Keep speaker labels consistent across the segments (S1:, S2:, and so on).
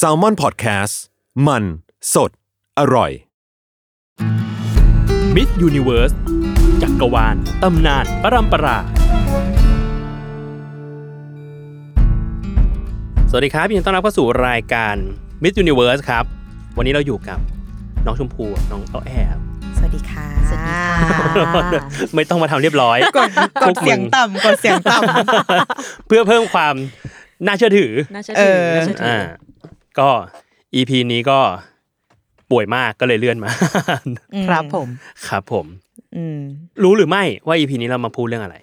S1: s a l m o n PODCAST มันสดอร่อย
S2: มิสยูนิเวิร์สจักรวาล ตำนาน ปรัมปรา สวัสดีครับยินดีต้อนรับเข้าสู่รายการมิสยูนิเวิร์สครับ วันนี้เราอยู่กับน้องชมพูน้องอ้อแอบ
S3: สวัสดีค่ะ
S4: สวัสดีค่ะ
S2: ไม่ต้องมาทำเรียบร้อย
S3: กดก
S2: พว
S3: ดเสียง
S2: มึ
S3: ต่ำกดเสียงต่
S2: เพื่อเพิ่มความน่าเชื่อถือ
S4: น่าเชื่อ
S3: เอ
S4: ถือ
S3: อ
S4: น่าเชื่อถือ
S2: อ่า
S4: อ
S2: ก็ EP นี้ก็ป่วยมากก็เลยเลื่อนมา
S3: ำค
S4: ำ
S3: รับผม
S2: ครับผม
S3: อืม
S2: รู้หรือไม่ว่า EP นี้เรามาพูดเรื่องอะไร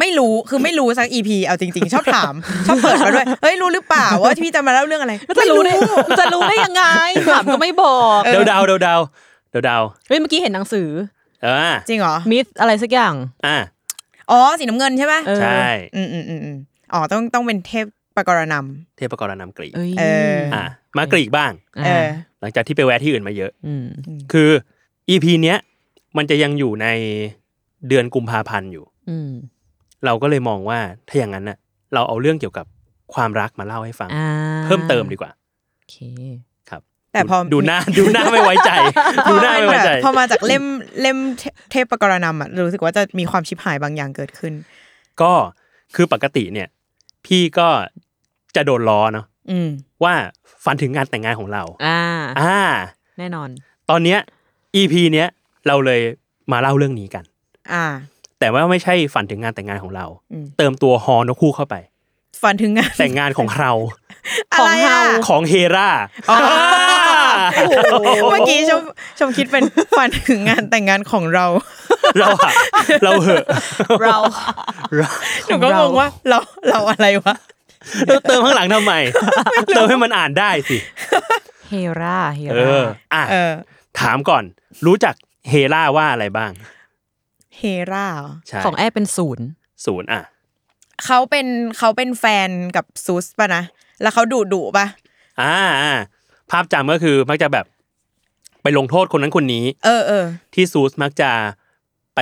S3: ไม่รู้คือไม่รู้สักอีพีเอาจริง ๆ ชอบถาม ชอบเปิดมาด้วยเฮ้ยรู้หรือเปล่าว่าพี่จะมาเล่าเรื่องอะไร
S4: แล้วจะรู้ได้จะรู้ได้ยังไงถามก็ไม่บอก
S2: เดาเดาเดาเดาเดาเดา
S4: เฮ้ยเมื่อกี้เห็นหนังสือ
S2: เออ
S3: จริงเหรอ
S4: มิสอะไรสักอย่าง
S2: อ่ะ
S3: อ๋อสีน้ำเงินใช่ไหม
S4: เออ
S2: ใช่
S3: อืมอืมอืมอืมอ๋อต้องต้องเป็นเทพปกรณ
S2: เทพกรนำกรีก
S4: เอ้ย
S3: เอออ่
S2: อ่ะมากรีกบ้าง
S3: ำเออ
S2: หลังจากที่ไปแวะที่อื่นมาเยอะ
S4: อืม
S2: คืออีพีเนี้ยมันจะยังอยู่ในเดือนกุมภาพันธ์อยู่
S4: อืม
S2: เราก็เลยมองว่าถ้าอย่างนั้นน่ะเราเอาเรื่องเกี่ยวกับความรักมาเล่าให้ฟัง
S4: อ่า
S2: เพิ่มเติมดีกว่า
S4: โอเค
S2: ครับ
S3: แต่พอ
S2: ดูหน้าดูหน้าไม่ไว้ใจ
S3: พ
S2: ดู
S3: อ
S2: หน้า
S3: มัน
S2: ไม่ไว้
S3: แบบ
S2: ใจ
S3: พอมาจากเล่มเล่มเทเทพปกรณำอ่ะรู้สึกว่าจะมีความชิบหายบางอย่างเกิดขึ้น
S2: ก็คือปกติเนี่ย พี่ก็จะโดนล้อเนาะ
S3: อืม
S2: ว่าฝันถึงงานแต่งงานของเรา
S4: อ่า
S2: อ่า
S4: แน่นอน
S2: ตอนเนี้ย EP เนี้ยเราเลยมาเล่าเรื่องนี้กัน
S3: อ่า
S2: แต่ว่าไม่ใช่ฝันถึงงานแต่งงานของเรา
S3: อืม
S2: เติมตัวฮอนกคู่เข้าไป
S3: ฝันถึงงาน
S2: แต่งงานของเรา
S3: อะไรอ่ะ
S2: ของเฮรา
S3: อ๋อ เมื่อกี้ชมชมคิดเป็นฝันถึงงานแต่งงานของเรา
S2: เราอะเราเหอะ
S4: เรา
S2: เรา
S3: หนูก็งงว่าเราเราอะไรวะ
S2: เราเติมข้างหลังทำไม เติมให้มันอ่านได้สิ
S4: เฮราเฮ
S2: เอ
S4: รา
S2: ออ่ะ
S3: เออ
S2: ถามก่อน รู้จักเฮราว่าอะไรบ้าง
S3: เฮราเหรอ
S2: ใช่
S4: ของแอร์เป็นศูนย์
S2: ศูนย์อ่ะ
S3: เขาเป็นเขาเป็นแฟนกับซูสป่ะนะ แล้วเขาดุดุป่ะ
S2: อ่าอ่าภาพจำก็คือมักจะแบบ ไปลงโทษคนนั้นคนนี้
S3: เออเออ
S2: ที่ซูสมักจะไป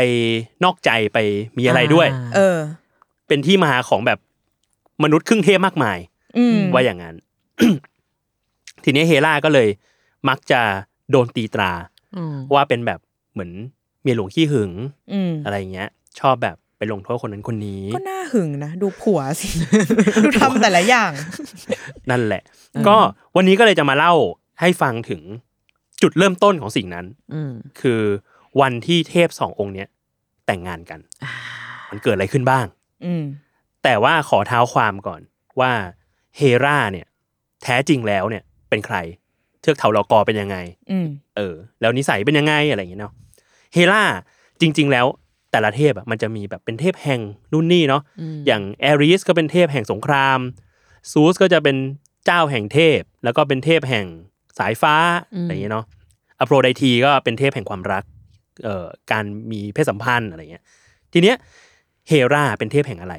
S2: นอกใจไปมีอะไรด้วย
S4: อ่า
S3: เออ
S2: เป็นที่มาของแบบมนุษย์ครึ่งเทพมากมาย
S3: อืม
S2: ว่าอย่างนั้น ทีนี้เฮล่าก็เลย มักจะโดนตีตรา
S4: อืม
S2: ว่าเป็นแบบเหมือนเมียหลวงขี้หึง
S3: อืม
S2: อะไรเงี้ย ชอบแบบไปลงโทษคนนั้นคนนี้
S3: ก็น่าหึงนะ ดูผัวสิ ดูทำแต่ละอย่าง
S2: นั่นแหละ ก็วันนี้ก็เลยจะมาเล่าให้ฟังถึงจุดเริ่มต้นของสิ่งนั้น
S4: อืม
S2: คือวันที่เทพสององค์เนี้ยแต่งงานกัน มันเกิดอะไรขึ้นบ้าง
S3: อืม
S2: แต่ว่าขอเท้าความก่อนว่าเฮราเนี่ย แท้จริงแล้วเนี่ยเป็นใคร เทือกเถาลอกอเป็นยังไง
S3: อืม
S2: เออ แล้วนิสัยเป็นยังไงอะไรอย่างเงี้ยเนาะเฮราจริง ๆ แล้วแต่ละเทพอะมันจะมีแบบเป็นเทพแห่งนู่นนี่เนาะอย่างแอริสก็เป็นเทพแห่งสงครามซูสก็จะเป็นเจ้าแห่งเทพ แล้วก็เป็นเทพแห่งสายฟ้าอะไรอย่างเงี้ยเนาะอโปรไดทีก็เป็นเทพแห่งความรักเอ่อการมีเพศสัมพันธ์อะไรอย่างเงี้ยทีเนี้ยเฮราเป็นเทพแห่งอะไร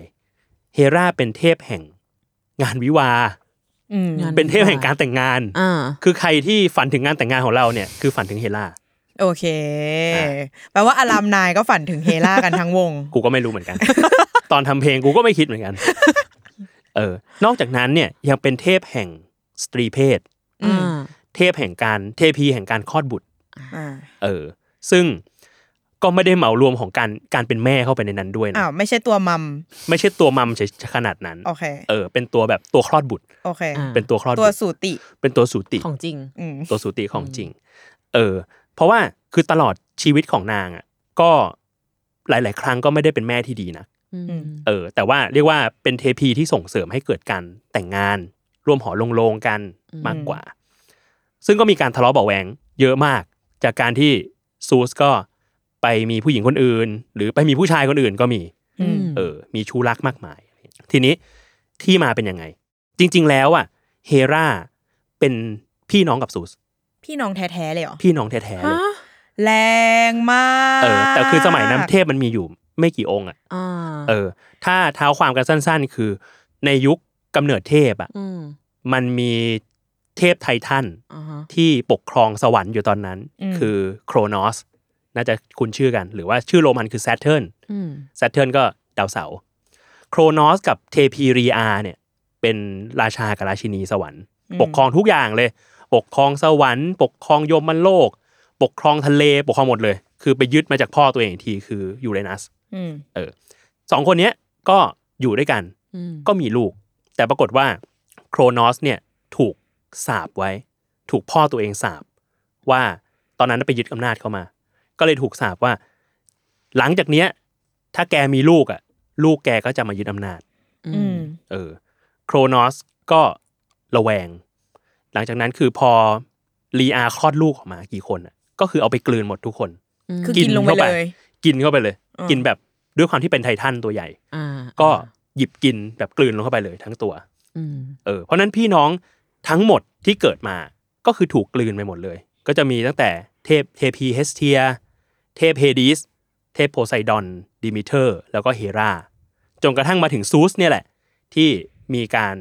S2: เฮราเป็นเทพแห่งงานวิวาห์
S3: อืม
S4: งาน
S2: เป็นเทพแห่งการแต่งงาน
S4: อ่า
S2: คือใครที่ฝันถึงงานแต่งงานของเราเนี่ยคือฝันถึงเฮรา
S3: โอเค
S2: อ่ะ
S3: แปลว่าอารามนายก็ฝันถึงเฮรากันทั้งวง
S2: กูก็ไม่รู้เหมือนกัน ตอนทำเพลงกูก็ไม่คิดเหมือนกัน เออ นอกจากนั้นเนี่ยยังเป็นเทพแห่งสตรีเพศ
S3: อืม
S4: อ่า
S2: เทพแห่งการเทพีแห่งการคลอดบุตร
S3: อ่า
S2: เออ ซึ่งก็ไม่ได้เหมารวมของการการเป็นแม่เข้าไปในนั้นด้วยนะ
S3: อ้าวไม่ใช่ตัวมัม
S2: ไม่ใช่ตัวมัมเฉยๆขนาดนั้น
S3: โอเค
S2: เออ เป็นตัวแบบตัวคลอดบุตร
S3: โอเค
S4: อ่า
S2: เป็นตัวคลอด
S3: ตัว
S2: บุตร
S3: สูติ
S2: เป็นตัวสูติ
S4: ของจริง
S3: อืม
S2: ตัวสูติของจริง เออ เพราะว่าคือตลอดชีวิตของนางอ่ะ ก็หลาย ๆ ครั้งก็ไม่ได้เป็นแม่ที่ดีนะ
S4: อืม
S3: อืม
S2: เออ แต่ว่าเรียกว่าเป็นเทพีที่ส่งเสริมให้เกิดการแต่งงาน ร่วมหอลงโลงกัน
S4: อืม
S2: มากกว่า ซึ่งก็มีการทะเลาะเบาะแหวงเยอะมาก จากการที่ซูสก็ไปมีผู้หญิงคนอื่น หรือไปมีผู้ชายคนอื่นก็มี
S3: อืม
S2: เออ มีชู้รักมากมาย ทีนี้ที่มาเป็นยังไง จริง ๆ แล้วอ่ะ เฮราเป็นพี่น้องกับซูส
S3: พี่น้องแท้ๆเลยเหรอ
S2: พี่น้องแท้ๆเลย
S3: แรงมาก
S2: เออแต่คือสมัยนั้นเทพมันมีอยู่ไม่กี่องค์อ่ะ
S3: อ่า
S2: เออ ถ้าเท้าความกันสั้น ๆ คือ ในยุคกำเนิดเทพอ่ะ
S4: อืม
S2: มันมีเทพไททัน
S4: อ่าฮะ
S2: ที่ปกครองสวรรค์อยู่ตอนนั้น คือโครนอส น่าจะคุ้นชื่อกัน หรือว่าชื่อโรมันคือ Saturn
S4: อืม
S2: Saturn ก็ดาวเสาร์โครนอสกับเทพีรีอาเนี่ยเป็นราชากับราชินีสวรรค์ ปกครองทุกอย่างเลย ปกครองสวรรค์ ปกครองยมมันโลก ปกครองทะเลปกครองหมดเลย คือไปยึดมาจากพ่อตัวเองอีกทีคือยูเรนัส
S3: อืม
S2: สองคนเนี้ยก็อยู่ด้วยกัน
S4: อืม
S2: ก็มีลูก แต่ปรากฏว่าโครนอสเนี่ยถูกสาบไว้ ถูกพ่อตัวเองสาบว่าตอนนั้นไปยึดอำนาจเข้ามา ก็เลยถูกสาบว่า หลังจากเนี้ย ถ้าแกมีลูกอ่ะ ลูกแกก็จะมายึดอำนาจ
S3: อืม
S2: เออโครนอสก็ระแวง หลังจากนั้นคือพอลีอาคลอดลูกออกมากี่คนอะก็คือเอาไปกลืนหมดทุกคน
S3: คือ
S2: กิ
S3: กิ
S2: น
S3: นลงไป
S2: เข้าไป
S3: เลย
S2: กินเข้าไปเลย
S3: อืม
S2: กินแบบด้วยความที่เป็นไททันตัวใหญ่
S4: อ่า
S2: ก็หยิบกินแบบกลืนลงเข้าไปเลยทั้งตัว
S4: อืม
S2: เออเพราะฉะนั้นพี่น้องทั้งหมดที่เกิดมาก็คือถูกกลืนไปหมดเลย ก็จะมีตั้งแต่เทพเทพีเฮสเทีย เทพเฮดิส เทพโพไซดอน ดิมิเทอร์ แล้วก็เฮราจนกระทั่งมาถึงซูสเนี่ยแหละ ที่มีการ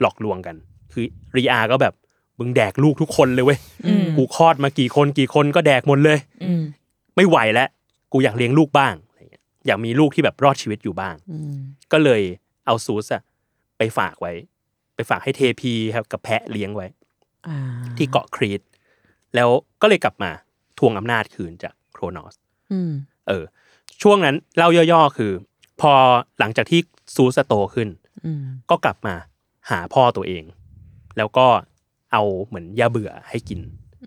S2: หลอกลวงกัน คือรีอาก็แบบมึงแดกลูกทุกคนเลยเว้ย
S3: อืม
S2: กูคลอดมากี่คนกี่คนก็แดกหมดเลย
S3: อืม
S2: ไม่ไหวแล้วกูอยากเลี้ยงลูกบ้างอะไรเงี้ยอยากมีลูกที่แบบรอดชีวิตอยู่บ้าง
S4: อืม
S2: ก็เลยเอาซูสอะไปฝากไว้ ไปฝากให้เทพีครับกับแพะเลี้ยงไว้
S4: อ่า
S2: ที่เกาะครีต แล้วก็เลยกลับมาทวงอำนาจคืนจากโครนอส
S4: อืม
S2: เออ ช่วงนั้นเล่าย่อๆคือ พอหลังจากที่ซูสโตขึ้น
S4: อืม
S2: ก็กลับมาหาพ่อตัวเอง แล้วก็เอาเหมือนยาเบื่อให้กิน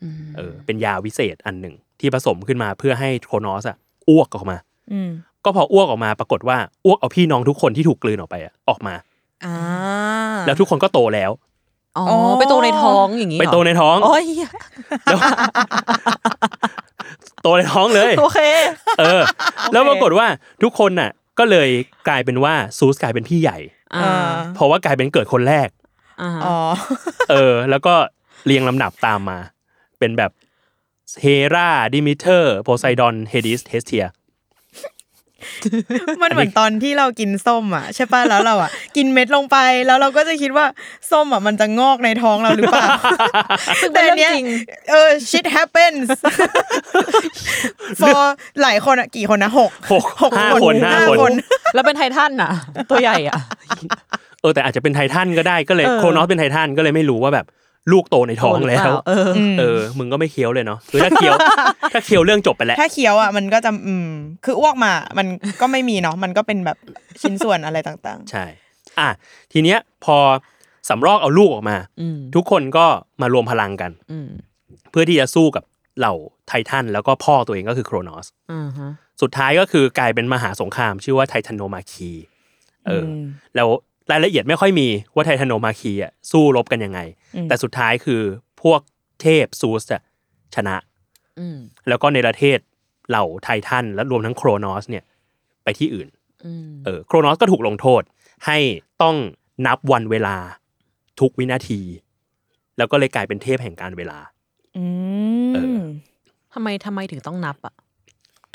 S4: อืม
S2: เออ เป็นยาวิเศษอันหนึ่งที่ผสมขึ้นมาเพื่อให้โครนอสอะอ้วกออกมา
S3: อืม
S2: ก็พออ้วกออกมาปรากฏว่าอ้วกเอาพี่น้องทุกคนที่ถูกกลืนออกไปอะออกมา
S3: อ่า
S2: แล้วทุกคนก็โตแล้ว
S4: อ๋อ
S3: อ
S4: ไปโตในท้องอย่างนี้
S2: ไปโตในท้อง
S4: โอ้ย
S2: แล้ว โตในท้องเลย
S4: โอเค
S2: เออ แล้วปรากฏว่าทุกคนน่ะ ก็เลยกลายเป็นว่าซูสกลายเป็นพี่ใหญ่
S4: อ่า
S2: เพราะว่ากลายเป็นเกิดคนแรก
S4: อ่า
S3: อ๋อ
S2: เออ แล้วก็เรียงลำดับตามมา เป็นแบบเฮราดิมิเทอร์โพไซดอนเฮดิสเฮสเทีย
S3: มันเหมือนตอนที่เรากินส้มอ่ะใช่ป่ะแล้วเราอ่ะ กินเม็ดลงไปแล้วเราก็จะคิดว่าส้มอ่ะมันจะงอกในท้องเราหรือเปล่า
S4: ซึ่งเป็น
S3: แต่เนี่
S4: เรื่อย งจริง
S3: เออ shit happens for หลายคนอ่ะกี่คนนะหก
S2: หกห้าคนห้าคน
S4: แล้วเป็นไททันน่ะ ตัวใหญ่อ่ะ
S2: เออแต่อาจจะเป็นไททันก็ได้ก็เลย
S4: เออ
S2: โครนอสเป็นไททันก็เลยไม่รู้ว่าแบบลูกโตในท้องแล้ว
S4: เออ
S2: เออ มึงก็ไม่เคี้ยวเลยเนาะคือถ้าเคี้ยว ถ้าเคี้ยวเรื่องจบไปแล้ว
S3: ถ้าเคี้ยวอ่ะมันก็จะอืมคืออ้วกมา มันก็ไม่มีเนาะมันก็เป็นแบบชิ้นส่วนอะไรต่าง
S2: ใช่ อ่ะ ทีเนี้ยพอสำรอกเอาลูกออกมา
S4: อืม
S2: ทุกคนก็มารวมพลังกัน
S4: อืม
S2: เพื่อที่จะสู้กับเหล่าไททันแล้วก็พ่อตัวเองก็คือโครนอส
S4: อ่าฮะ
S2: สุดท้ายก็คือกลายเป็นมหาสงคราม ชื่อว่าไททันโนมาคี
S3: ๆ
S2: เอออ
S3: ม
S2: แล้วรายละเอียดไม่ค่อยมีว่าไททันโนมาคีอ่ะสู้รบกันยังไง
S3: อืม
S2: แต่สุดท้ายคือพวกเทพซูสอ่ะชนะ
S4: อืม
S2: แล้วก็ในประเทศเหล่าไททันและรวมทั้งโครนอสเนี่ยไปที่อื่น
S4: อืม
S2: เออโครนอสก็ถูกลงโทษให้ต้องนับวันเวลาทุกวินาที แล้วก็เลยกลายเป็นเทพแห่งการเวลา
S3: อื
S2: เออ
S3: ม
S4: ทำไมทำไมถึงต้องนับอ่ะ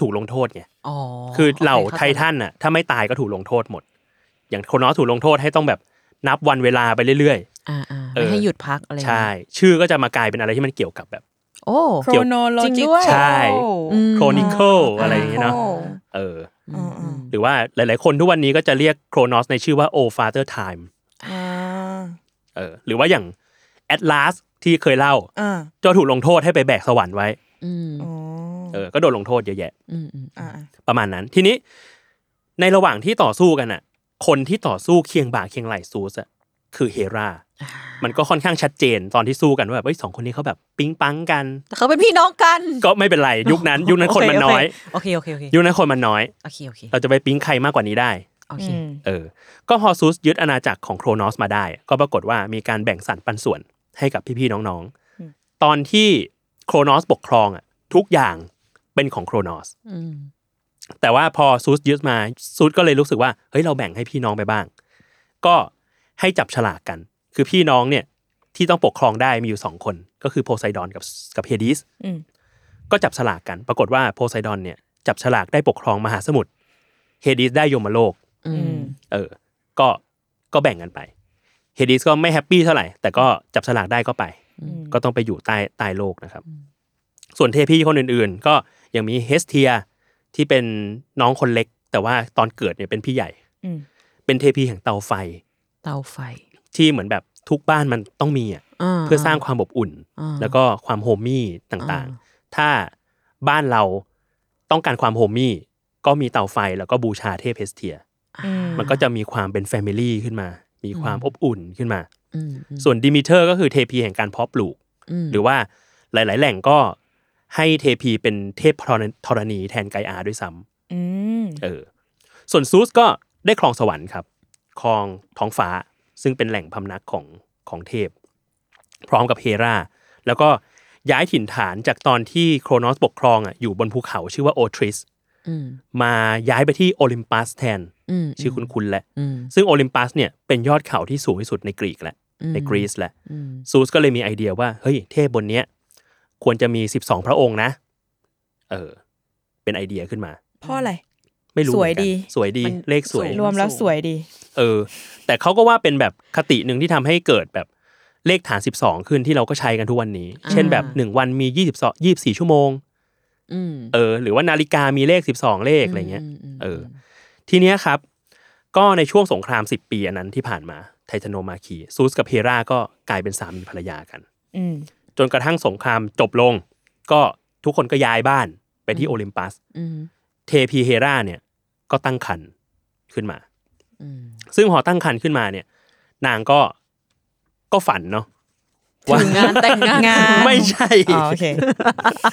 S2: ถูกลงโทษไง
S4: อ๋อ
S2: คือเหล่า
S4: โค
S2: ไท
S4: ข้ใจ
S2: ทันน่ะถ้าไม่ตายก็ถูกลงโทษหมด อย่างโครนอสถูกลงโทษให้ต้องแบบนับวันเวลาไปเรื่อย
S4: อ่าอ่า
S2: เออ
S4: ไม่ให้หยุดพักอะไร
S2: ๆ ใช่ ชื่อก็จะมากลายเป็นอะไรที่มันเกี่ยวกับแบบ
S4: โอ้
S3: โครโนโล
S4: จริ
S3: จิ
S4: ง
S3: ค
S4: ๆ
S2: ใช่
S4: อืม
S2: โครนิเคิลอะไรอย่างเงี้ยเนาะเออ
S4: อืมอืม
S2: หรือว่าหลายๆ คนทุกวันนี้ก็จะเรียกโครนอสในชื่อว่าโอฟาเตอร์ไทม์
S3: อ่า
S2: เออหรือว่าอย่างแอตลาสที่เคยเล่า
S3: อ่า
S2: จะถูกลงโทษให้ไปแบกสวรรค์ไว้
S4: อืม
S3: อ๋อ
S2: เออก็โดนลงโทษเยอะแยะ
S4: อืมอืม
S3: อ่า
S2: ประมาณนั้นทีนี้ในระหว่างที่ต่อสู้กันอ่ะ คนที่ต่อสู้เคียงบ่าเคียงไหลซูสอ่ะคือเฮรา มันก็ค่อนข้างชัดเจนตอนที่สู้กันว่าแบบเอ้ยสองคนนี้เขาแบบปิ๊งปังกัน
S4: แต่เขาเป็นพี่น้องกัน
S2: ก็ไม่เป็นไรยุคนั้น ยุคนั้นคนมันน้อย
S4: โอเคโอเคโอเค
S2: ยุคนั้นคนมันน้อย
S4: โอเคโอเค
S2: เราจะไปปิ๊งใครมากกว่านี้ได้
S4: โอเค
S2: เออ ก็พอซูสยึดอาณาจักรของโครนอสมาได้ ก็ปรากฏว่ามีการแบ่งสรรปันส่วนให้กับพี่ๆน้อง
S3: อืม
S2: ๆตอนที่โครนอสปกครองอ่ะทุกอย่างเป็นของโครนอส
S4: อืม
S2: แต่ว่าพอซูสยึดมาซูสก็เลยรู้สึกว่าเฮ้ยเราแบ่งให้พี่น้องไปบ้าง ก็ให้จับฉลากกัน คือพี่น้องเนี่ย ที่ต้องปกครองได้มีอยู่สองคน ก็คือโพไซดอนกับกับเฮดิส
S3: อืม
S2: ก็จับฉลากกัน ปรากฏว่าโพไซดอนเนี่ยจับฉลากได้ปกครองมหาสมุทรเฮดิสได้ยมโลก
S4: อืม
S2: เออ ก็ก็แบ่งกันไป เฮดิสก็ไม่แฮปปี้เท่าไหร่ แต่ก็จับฉลากได้ก็ไป ก็ต้องไปอยู่ใต้ใต้โลกนะครับ ส่วนเทพีคนอื่นๆ ก็ยังมีเฮสเทียที่เป็นน้องคนเล็ก แต่ว่าตอนเกิดเนี่ยเป็นพี่ใหญ่
S3: อืม
S2: เป็นเทพีแห่งเตาไฟ
S4: เตาไฟ
S2: ที่เหมือนแบบทุกบ้านมันต้องมีอ่ะ
S4: า
S2: เพื่อสร้างความอบอุ่น
S4: อ่า
S2: แล้วก็ความโฮมมี่ต่าง
S4: อ่
S2: ๆ ถ้าบ้านเราต้องการความโฮมมี่ก็มีเตาไฟแล้วก็บูชาเทพเฮสเทีย
S4: อ่า
S2: มันก็จะมีความเป็นแฟมิลี่ขึ้นมา มีความอบอุ่นขึ้นมา
S4: อืมอืม
S2: ส่วนดิมิเทอร์ก็คือเทพีแห่งการเพาะปลูก
S4: ม
S2: หรือว่าหลาย ๆ แหล่งก็ให้เทพีเป็นเทพธรณีแทนไกอาด้วยซ้ำ
S3: อืม
S2: เออส่วนซูสก็ได้ครองสวรรค์ครับ ครองท้องฟ้าซึ่งเป็นแหล่งพำนักของของเทพ พร้อมกับเฮราแล้วก็ย้ายถิ่นฐานจากตอนที่โครนอสปกครองอ่ะอยู่บนภูเขาชื่อว่าโอทริส
S4: อืม
S2: มาย้ายไปที่โอลิมปัสแทน
S4: อืม
S2: ชื่อคุณคุณแหละ
S4: อืม
S2: ซึ่งโอลิมปัสเนี่ยเป็นยอดเขาที่สูงที่สุดในกรีกแหละ
S4: อืม
S2: ในกรีซแหละ
S4: อืม
S2: ซูสก็เลยมีไอเดียว่า เฮ้ยเทพบนเนี้ย ควรจะมี 12 พระองค์นะ เออ เป็นไอเดียขึ้นมา
S3: เพ่ออะไร
S2: ไม่รู้เหมือน
S3: สวย
S2: กัน
S3: ดี
S2: สวยดีเลขสวย
S3: รวมแล้วสวยดี
S2: เออ แต่เขาก็ว่าเป็นแบบคติหนึ่งที่ทำให้เกิดแบบเลขฐาน 12 ขึ้นที่เราก็ใช้กันทุกวันนี้ เช่นแบบ 1 วันมี 22 24 ชั่วโมง
S4: อืม
S2: เออ หรือว่านาฬิกามีเลข 12 เลขอะไรเงี้ย
S4: มม
S2: เออ ทีเนี้ยครับ ก็ในช่วงสงคราม 10 ปีอันนั้นที่ผ่านมาไททโนมาคีซูสกับเฮราก็กลายเป็นสามีภรรยากัน
S3: อืม
S2: จนกระทั่งสงครามจบลง ก็ทุกคนก็ย้ายบ้านไปที่โอลิมปัส
S4: อืม
S2: เทพีเฮราเนี่ยก็ตั้งครรภ์ขึ้นมา
S4: อืม
S2: ซึ่งพอตั้งครรภ์ขึ้นมาเนี่ย นางก็ก็ฝันเนาะว่า
S4: ถึงงานแต่งงาน
S3: งาน
S2: ไม่ใช่
S3: อ๋อโอเค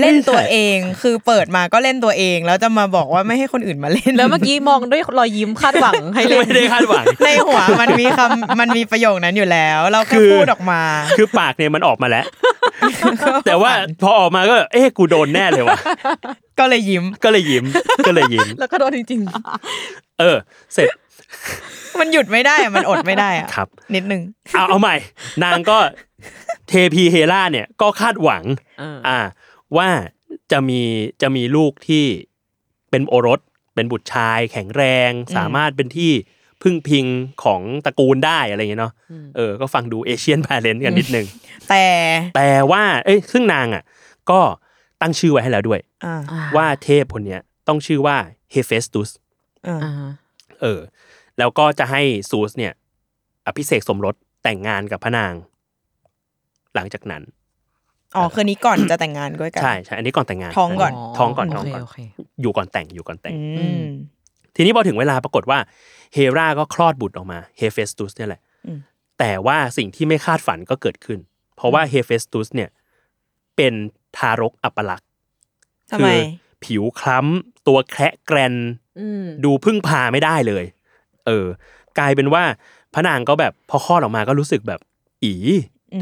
S3: เล่นตัวเองคือเปิดมาก็เล่นตัวเอง แล้วจะมาบอกว่าไม่ให้คนอื่นมาเล่น
S4: แล้วเมื่อกี้มองด้วยรอยยิ้มคาดหวัง ให้เล่น
S2: ไม่ได้คาดหวัง
S3: ในหัวมันมีคำมันมีประโยคนั้นอยู่แล้ว เรา
S2: คื
S3: แค่
S2: อ
S3: พูดออกมา
S2: คือปากเนี่ยมันออกมาแล้ว แต่ว่าพอออกมาก็ เอ๊ะกูโดนแน่เลยว่ะ
S3: ก็เลยยิ้ม
S2: ก็เลยยิ้มก็เลยยิ้ม
S4: แล้วก็โดนจริง
S2: เออ เสร็จ
S3: มันหยุดไม่ได้อะมันอดไม่ได้อะ
S2: ครับ
S3: นิดนึง
S2: เอาเอาใหม่ นางก็เทพีเฮราเนี่ย ก็คาดหวัง
S4: ๆเออ
S2: อ่า ว่าจะมีจะมีลูกที่เป็นโอรส เป็นบุตรชาย แข็งแรง สามารถเป็นที่พึ่งพิงของตระกูลได้อะไรอย่างเงี้ยเนาะเออ ก็ฟังดูเอเชียนพาเลนกันนิดนึง
S3: แต่
S2: แต่ว่า เอ้ยซึ่งนางอ่ะ ก็ตั้งชื่อไว้ให้แล้วด้วย
S3: อ่า
S2: ว่าเทพคนเนี้ยต้องชื่อว่าเฮเฟสตุส
S3: อ่า
S4: อ่า
S2: เออ แล้วก็จะให้ซูสเนี่ย อภิเษกสมรสแต่งงานกับพระนาง หลังจากนั้น
S3: อ๋อคืนนี้ก่อนจะแต่งงานด้วยกัน
S2: ใช่ใช่ อันนี้ก่อนแต่งงาน
S3: ท้องก่อน
S2: ท้องก่อนท้อง
S4: โเค
S2: ก่อน
S4: โเค
S2: อยู่ก่อนแต่งอยู่ก่อนแต่ง
S3: อืม
S2: ทีนี้พอถึงเวลาปรากฏว่าเฮราก็คลอดบุตรออกมาเฮเฟสตุสเนี่ยแหละ
S3: อืม
S2: แต่ว่าสิ่งที่ไม่คาดฝันก็เกิดขึ้น เพราะว่าเฮเฟสตุสเนี่ยเป็นทารกอัปลักษณ์
S3: ทำไม
S2: ผิวคล้ำตัวแคระแกรน
S4: อืม
S2: ดูพึ่งพาไม่ได้เลย เออ กลายเป็นว่าพระนางก็แบบพอคลอดออกมาก็รู้สึกแบบ อี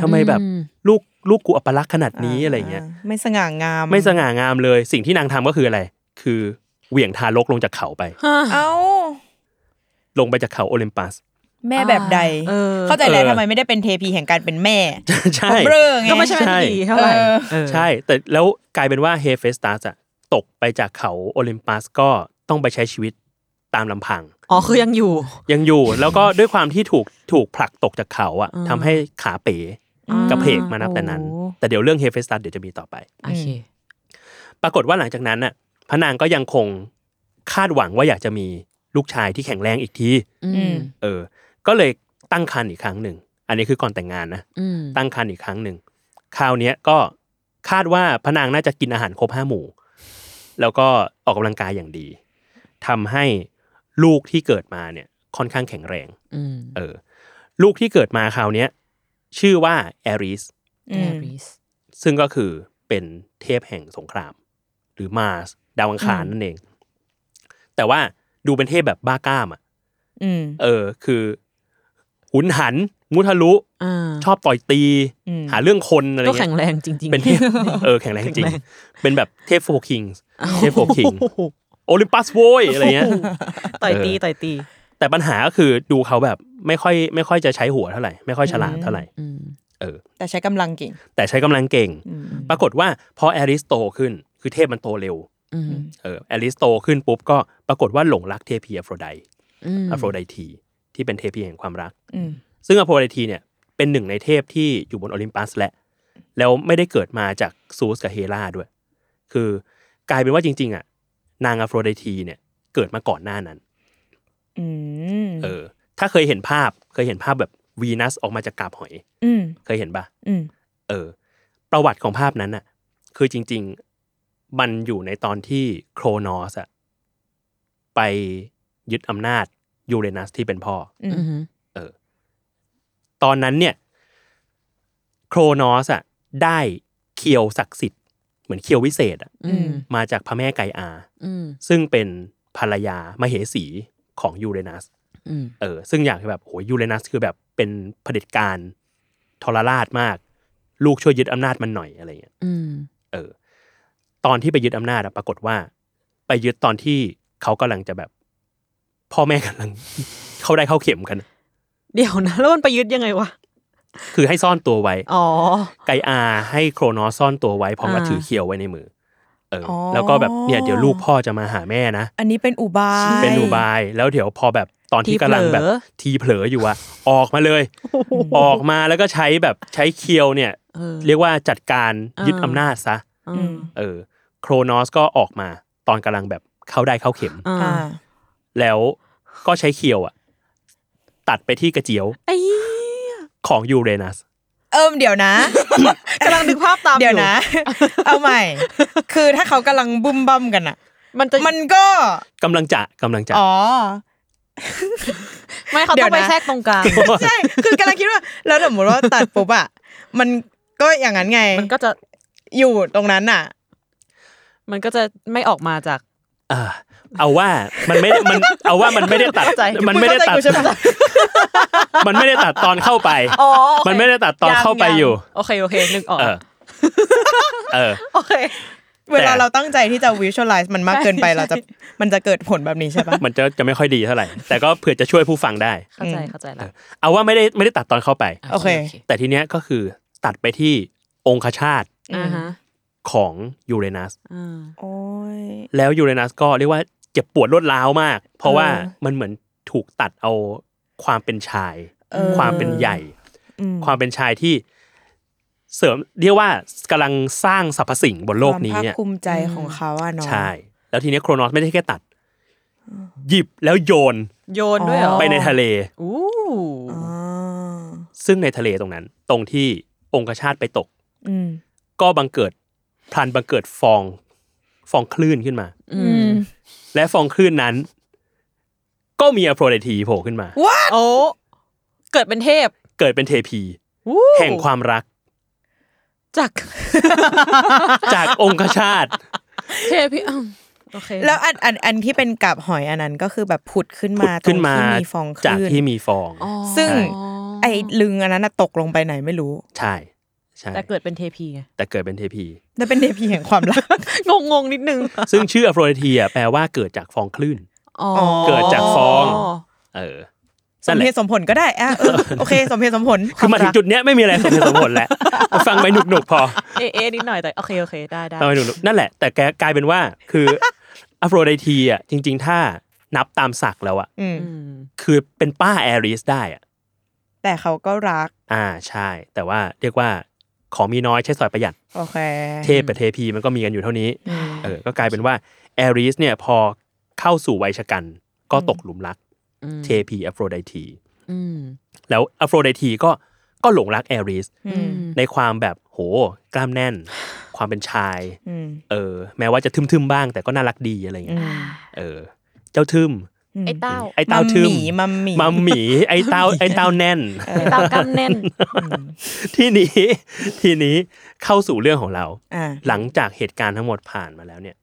S2: ทำไมแบบลูกลูกกูอัปลักษณ์ขนาดนี้อะไรเงี้ย
S3: ไม่สง่างาม
S2: ไม่สง่างามเลย สิ่งที่นางทำก็คืออะไร คือเหวี่ยงทารกลงจากเขาไป
S4: ฮะ
S3: เอ้า
S2: ลงไปจากเขาโอลิมปัส
S3: แม่แบบใด
S4: เออ
S3: เข้าใจแล้ว
S2: เออ
S3: ทำไมไม่ได้เป็นเทพีแห่งการเป็นแม่
S2: ใช่
S3: ผมเริ่งไง
S4: ก็ไม่ใช่
S2: ใช่
S4: ดีเท่าไหร่
S3: เออ
S4: เออ
S2: ใช่ แต่แล้วกลายเป็นว่าเฮเฟสตัสอะตกไปจากเขาโอลิมปัสก็ต้องไปใช้ชีวิตตามลำพัง
S4: อ๋อคือยังอยู่
S2: ยังอยู่ แล้วก็ด้วยความที่ถูกถูกผลักตกจากเขาอะ
S4: อ่า
S2: ทำให้ขาเป๋กระเพกมานับแต่นั้น
S4: โอ้
S2: แต่เดี๋ยวเรื่องเฮเฟสตัสเดี๋ยวจะมีต่อไป
S4: โอเค
S2: ปรากฏว่าหลังจากนั้นน่ะพระนางก็ยังคงคาดหวังว่าอยากจะมีลูกชายที่แข็งแรงอีกที
S4: อืม
S2: เออ ก็เลยตั้งครรภ์อีกครั้งหนึ่ง อันนี้คือก่อนแต่งงานนะ
S4: อืม
S2: ตั้งครรภ์อีกครั้งหนึ่ง คราวเนี้ยก็คาดว่าพระนางน่าจะกินอาหารครบห้าหมู่ แล้วก็ออกกำลังกายอย่างดีทำให้ลูกที่เกิดมาเนี่ยค่อนข้างแข็งแรง
S4: อืม
S2: เออ ลูกที่เกิดมาคราวเนี้ยชื่อว่าแอริส
S4: แอ
S3: อืม
S4: ริส
S2: ซึ่งก็คือเป็นเทพแห่งสงคราม หรือมาสดาวอังคารนั่นเอง แต่ว่าดูเป็นเทพแบบบ้ากล้ามอ่ะ
S3: อืม
S2: เออ คือ หุนหัน มุทะลุ
S4: อ่า
S2: ชอบต่อยตี
S3: อืม
S2: หาเรื่องคนอะไร
S4: ก็
S2: เงี้ย
S4: แข็งแรงจริง ๆ
S2: เป็นเทพ เออแข็งแรงจริง
S4: แข็งแรง
S2: เป็นแบบเทพโฟร์คิงส์เทพโฟร์คิงส์โอลิมปัสโวยอะไรเงี้ย
S4: ต่อยตี
S2: เออ
S4: ต่อยตี
S2: แต่ปัญหาก็คือดูเขาแบบไม่ค่อยไม่ค่อยจะใช้หัวเท่าไหร่ไม่ค่อยฉลาดเท่าไหร่
S4: อืม
S2: เออ
S3: แต่ใช้กำลังเก่ง
S2: แต่ใช้กำลังเก่ง
S3: อืม
S2: ปรากฏว่าพอแอริสโตขึ้น คือเทพมันโตเร็ว
S4: อืม
S2: เออแอริสโตขึ้นปุ๊บก็ปรากฏว่าหลงรักเทพีอโฟรได
S4: อืม
S2: อโฟรไดทีที่เป็นเทพีแห่งความรัก
S3: อืม
S2: ซึ่งอโฟรไดทีเนี่ยเป็นหนึ่งในเทพที่อยู่บนโอลิมปัสแหละ แล้วไม่ได้เกิดมาจากซูสกับเฮราด้วย คือกลายเป็นว่าจริง ๆอ่ะนางอโฟรไดทีเนี่ยเกิดมาก่อนหน้านั้น
S3: อืม
S2: เออ ถ้าเคยเห็นภาพเคยเห็นภาพแบบวีนัสออกมาจากกาบหอย
S3: อืม
S2: เคยเห็นปะ
S3: อืม
S2: เออประวัติของภาพนั้นน่ะ คือจริง ๆ มันอยู่ในตอนที่โครนอสอะไปยึดอำนาจยูเรนัสที่เป็นพ่อ
S3: อื
S4: อื
S3: ม
S4: ม
S2: ตอนนั้นเนี่ย โครนอสอะได้เคียวศักดิ์สิทธิ์เหมือนเคียววิเศษอะ
S4: อืม
S2: มาจากพระแม่ไกอา
S4: อืม
S2: ซึ่งเป็นภรรยามเหสีของยูเรนัส
S4: อืม
S2: เออซึ่งอยากแบบโหยูเรนัสคือแบบเป็นเผด็จการทรราชมาก ลูกช่วยยึดอำนาจมันหน่อยอะไรอย่างเงี้ย
S4: อืม
S2: เออตอนที่ไปยึดอำนาจอะปรากฏว่า ไปยึดตอนที่เขากำลังจะแบบ พ่อแม่กำลัง เข้าได้เข้าเข็มกันอะ
S4: เดี๋ยวนะ แล้วมันไปยึดยังไงวะ
S2: คือให้ซ่อนตัวไว้
S4: อ๋อ
S2: ไกอาให้โครนอสซ่อนตัวไว้พร้อมกับ
S4: อ่า
S2: ถือเคียวไว้ในมือ เอออ
S3: อ
S2: แล้วก็แบบเนี่ยเดี๋ยวลูกพ่อจะมาหาแม่นะ
S3: อันนี้เป็นอุบาย
S2: เป็นอุบายแล้วเดี๋ยวพอแบบตอนที่
S4: ที
S2: กำ
S4: เผลอ
S2: ลังแบบทีเผลออยู่อะออกมาเลย ออกมาแล้วก็ใช้แบบใช้เคียวเนี่ย
S4: เออ
S2: เรียกว่าจัดการยึด
S4: อ่า
S2: อำนาจซะ
S4: อืม
S2: เออโครนอสก็ออกมาตอนกำลังแบบเข้าได้เข้าเข็ม
S4: อ่า
S3: อ่า
S2: แล้วก็ใช้เคียวอะตัดไปที่กระเจียว
S4: ไอ้
S2: ของยูเรนัส
S3: เอิ่มเดี๋ยว นะ
S4: กำลังนึกภาพตามอ
S3: เดี๋ยวนะ เอาใหม่ คือถ้าเขากำลังบุ้มบั่มกันอ่ะ
S4: มันจะ
S3: มันก็
S2: กำลังจะกำลังจะ
S3: อ๋อ
S4: ไม่เขา
S3: เดี๋
S4: ต้
S3: ย
S4: อ
S3: ว
S4: งไป
S3: นะ
S4: แทรกตรงกลาง
S3: ใช่ คือกำลังคิดว่า แล้วสมมติว่าตัดปุ๊บอ่ะ มันก็อย่างนั้นไง
S4: มันก็จะ
S3: อยู่ตรงนั้นอ่ะ
S4: มันก็จะไม่ออกมาจาก
S2: เออเอาว่ามันไม่ได้มันเอาว่ามันไม่ได้ตัด
S4: เข้าใจ
S2: มันไม่ได้ตัด
S3: มึงเข้าใจกูใช่ปะ
S2: มันไม่ได้ตัดตอนเข้าไป
S4: อ๋อ
S2: มันไม่ได้ตัดตอนเข้าไปอยู่
S4: โอเคโอเคนึกออก
S2: เออ เออ
S4: โอเค
S3: เวลาเราตั้งใจที่จะ visualize มันมากเกินไป
S4: ใช่
S3: เราจะ มันจะเกิดผลแบบนี้ใช่ปะ
S2: มันจะจะไม่ค่อยดีเท่าไหร่ แต่ก็เผื่อจะช่วยผู้ฟังได้
S4: เข้าใจ
S3: อืม
S4: เข้าใจแล้ว
S2: เอาว่าไม่ได้ไม่ได้ตัดตอนเข้าไป
S3: โอเค
S2: แต่ทีเนี้ยก็คือตัดไปที่องคชาต
S4: อ่าฮะ
S2: ของยูเรนัส
S4: อ่า
S3: โอ้ย
S2: แล้วยูเรนัสก็เรียกว่าเจ็บปวดรวดร้าวมาก เพราะว่า
S3: เออ
S2: มันเหมือนถูกตัดเอาความเป็นชาย
S3: เออ
S2: ความเป็นใหญ่
S3: อื
S2: ความเป็นชายที่เสริมเรียกว่ากำลังสร้างสรรพสิ่งบนโลกนี้
S3: ความ
S2: เนี่
S3: ภายคภูมิใจของเขาอะเนาะ
S2: ใช่แล้วทีเนี้ยโครนอสไม่ได้แค่ตัด หยิบแล้วโยน
S4: โยนด้วยเหรอ
S3: อ๋อ
S2: ไปในทะเล
S4: อู้
S3: อ๋อ
S2: ซึ่งในทะเลตรงนั้น ตรงที่องคชาตไปตก
S3: อืม
S2: ก็บังเกิดพลันบังเกิดฟองฟองคลื่นขึ้นมา
S4: อื
S3: อืม
S4: ม
S2: และฟองคลื่นนั้น ก็มีอโฟรไดทีโผล่ขึ้นมา
S4: โอ้เกิดเป็นเทพ
S2: เกิดเป็นเทพี
S4: อู้
S2: แห่งความรัก
S4: จาก
S2: จากองคชาต
S4: เทพพี่อ้าวโอเค
S3: แล้วอันอันอันที่เป็นกับหอยอันนั้นก็คือแบบผุดขึ้น
S2: ผุด
S3: มา
S2: ขึ้นมา
S3: ตรงที่มีฟองค
S2: จาก
S3: ลื่น
S2: ที่มีฟอง
S4: อ๋อ
S3: ซึ่ง
S4: อ๋อ
S3: ไอ้ลึงอันนั้นน่ะตกลงไปไหนไม่รู้
S2: ใช่ใช่
S4: แต่เกิดเป็นเทพีไง
S2: แต่เกิดเป็นเทพี
S3: แล้วเป็นเดพีแห่งความรัก
S4: งงงๆนิดนึง
S2: ซึ่งชื่ออโฟรไดทีอะแปลว่าเกิดจากฟองคลื่น
S4: อ๋อ
S2: เกิดจากฟอง เออ
S3: ส
S2: นั่น
S3: ม
S2: แห
S3: เห
S2: ละ
S3: ตุสมผลก็ได้อ่ะเออโอเค สมเหตุสมผล
S2: คือมาถึงจุดเนี้ยไม่มีอะไรสมเหตุสมผลแล้ว ฟังไปหนุกหนุกๆพอ
S4: เอะเอ๊ะนิดหน่อยแต่โอเคโอเคได้ได้
S2: ฟังไปหนุกหนุกนั่นแหละ แต่แกกลายเป็นว่าคือ อโฟรไดทีอะจริง ๆ ถ้านับตามศักดิ์แล้วอะ
S3: อืม
S4: อืม
S2: คือเป็นป้าแอริสได้อะ
S3: แต่เขาก็รัก
S2: อ่าใช่ แต่ว่าเรียกว่าของมีน้อยใช้สอยประหยัด
S3: โอเค
S2: เทพกับเทพีมันก็มีกันอยู่เท่านี้
S3: อืม
S2: เออ ก็กลายเป็นว่าแอริสเนี่ยพอเข้าสู่วัยชะกัน ก็ตกหลุมรัก
S4: อืม
S2: เทพีอโฟรไดที
S4: อืม
S2: แล้วอโฟรไดทีก็ก็หลงรักแอริส
S3: อื
S4: อื
S3: ม
S4: ม
S2: ในความแบบโหกล้ามแน่น ความเป็นชาย
S3: อืม
S2: เออ แม้ว่าจะทึมๆบ้าง แต่ก็น่ารักดีอะไร
S3: อื
S2: เงี้ย
S3: ม
S2: เออ เจ้าทึม
S4: ไอ้เต้า
S2: ไอ้เต้าทึ
S3: มัมหมีมัมหมี
S2: มัมหมีไอ้เต้าไอ้เต้าแน่น
S3: เออ
S4: ไอ้เต้ากำแน่น
S2: ที่นี้ทีนี้เข้าสู่เรื่องของเรา
S3: อ่า
S2: หลังจากเหตุการณ์ทั้งหมดผ่านมาแล้วเนี่ย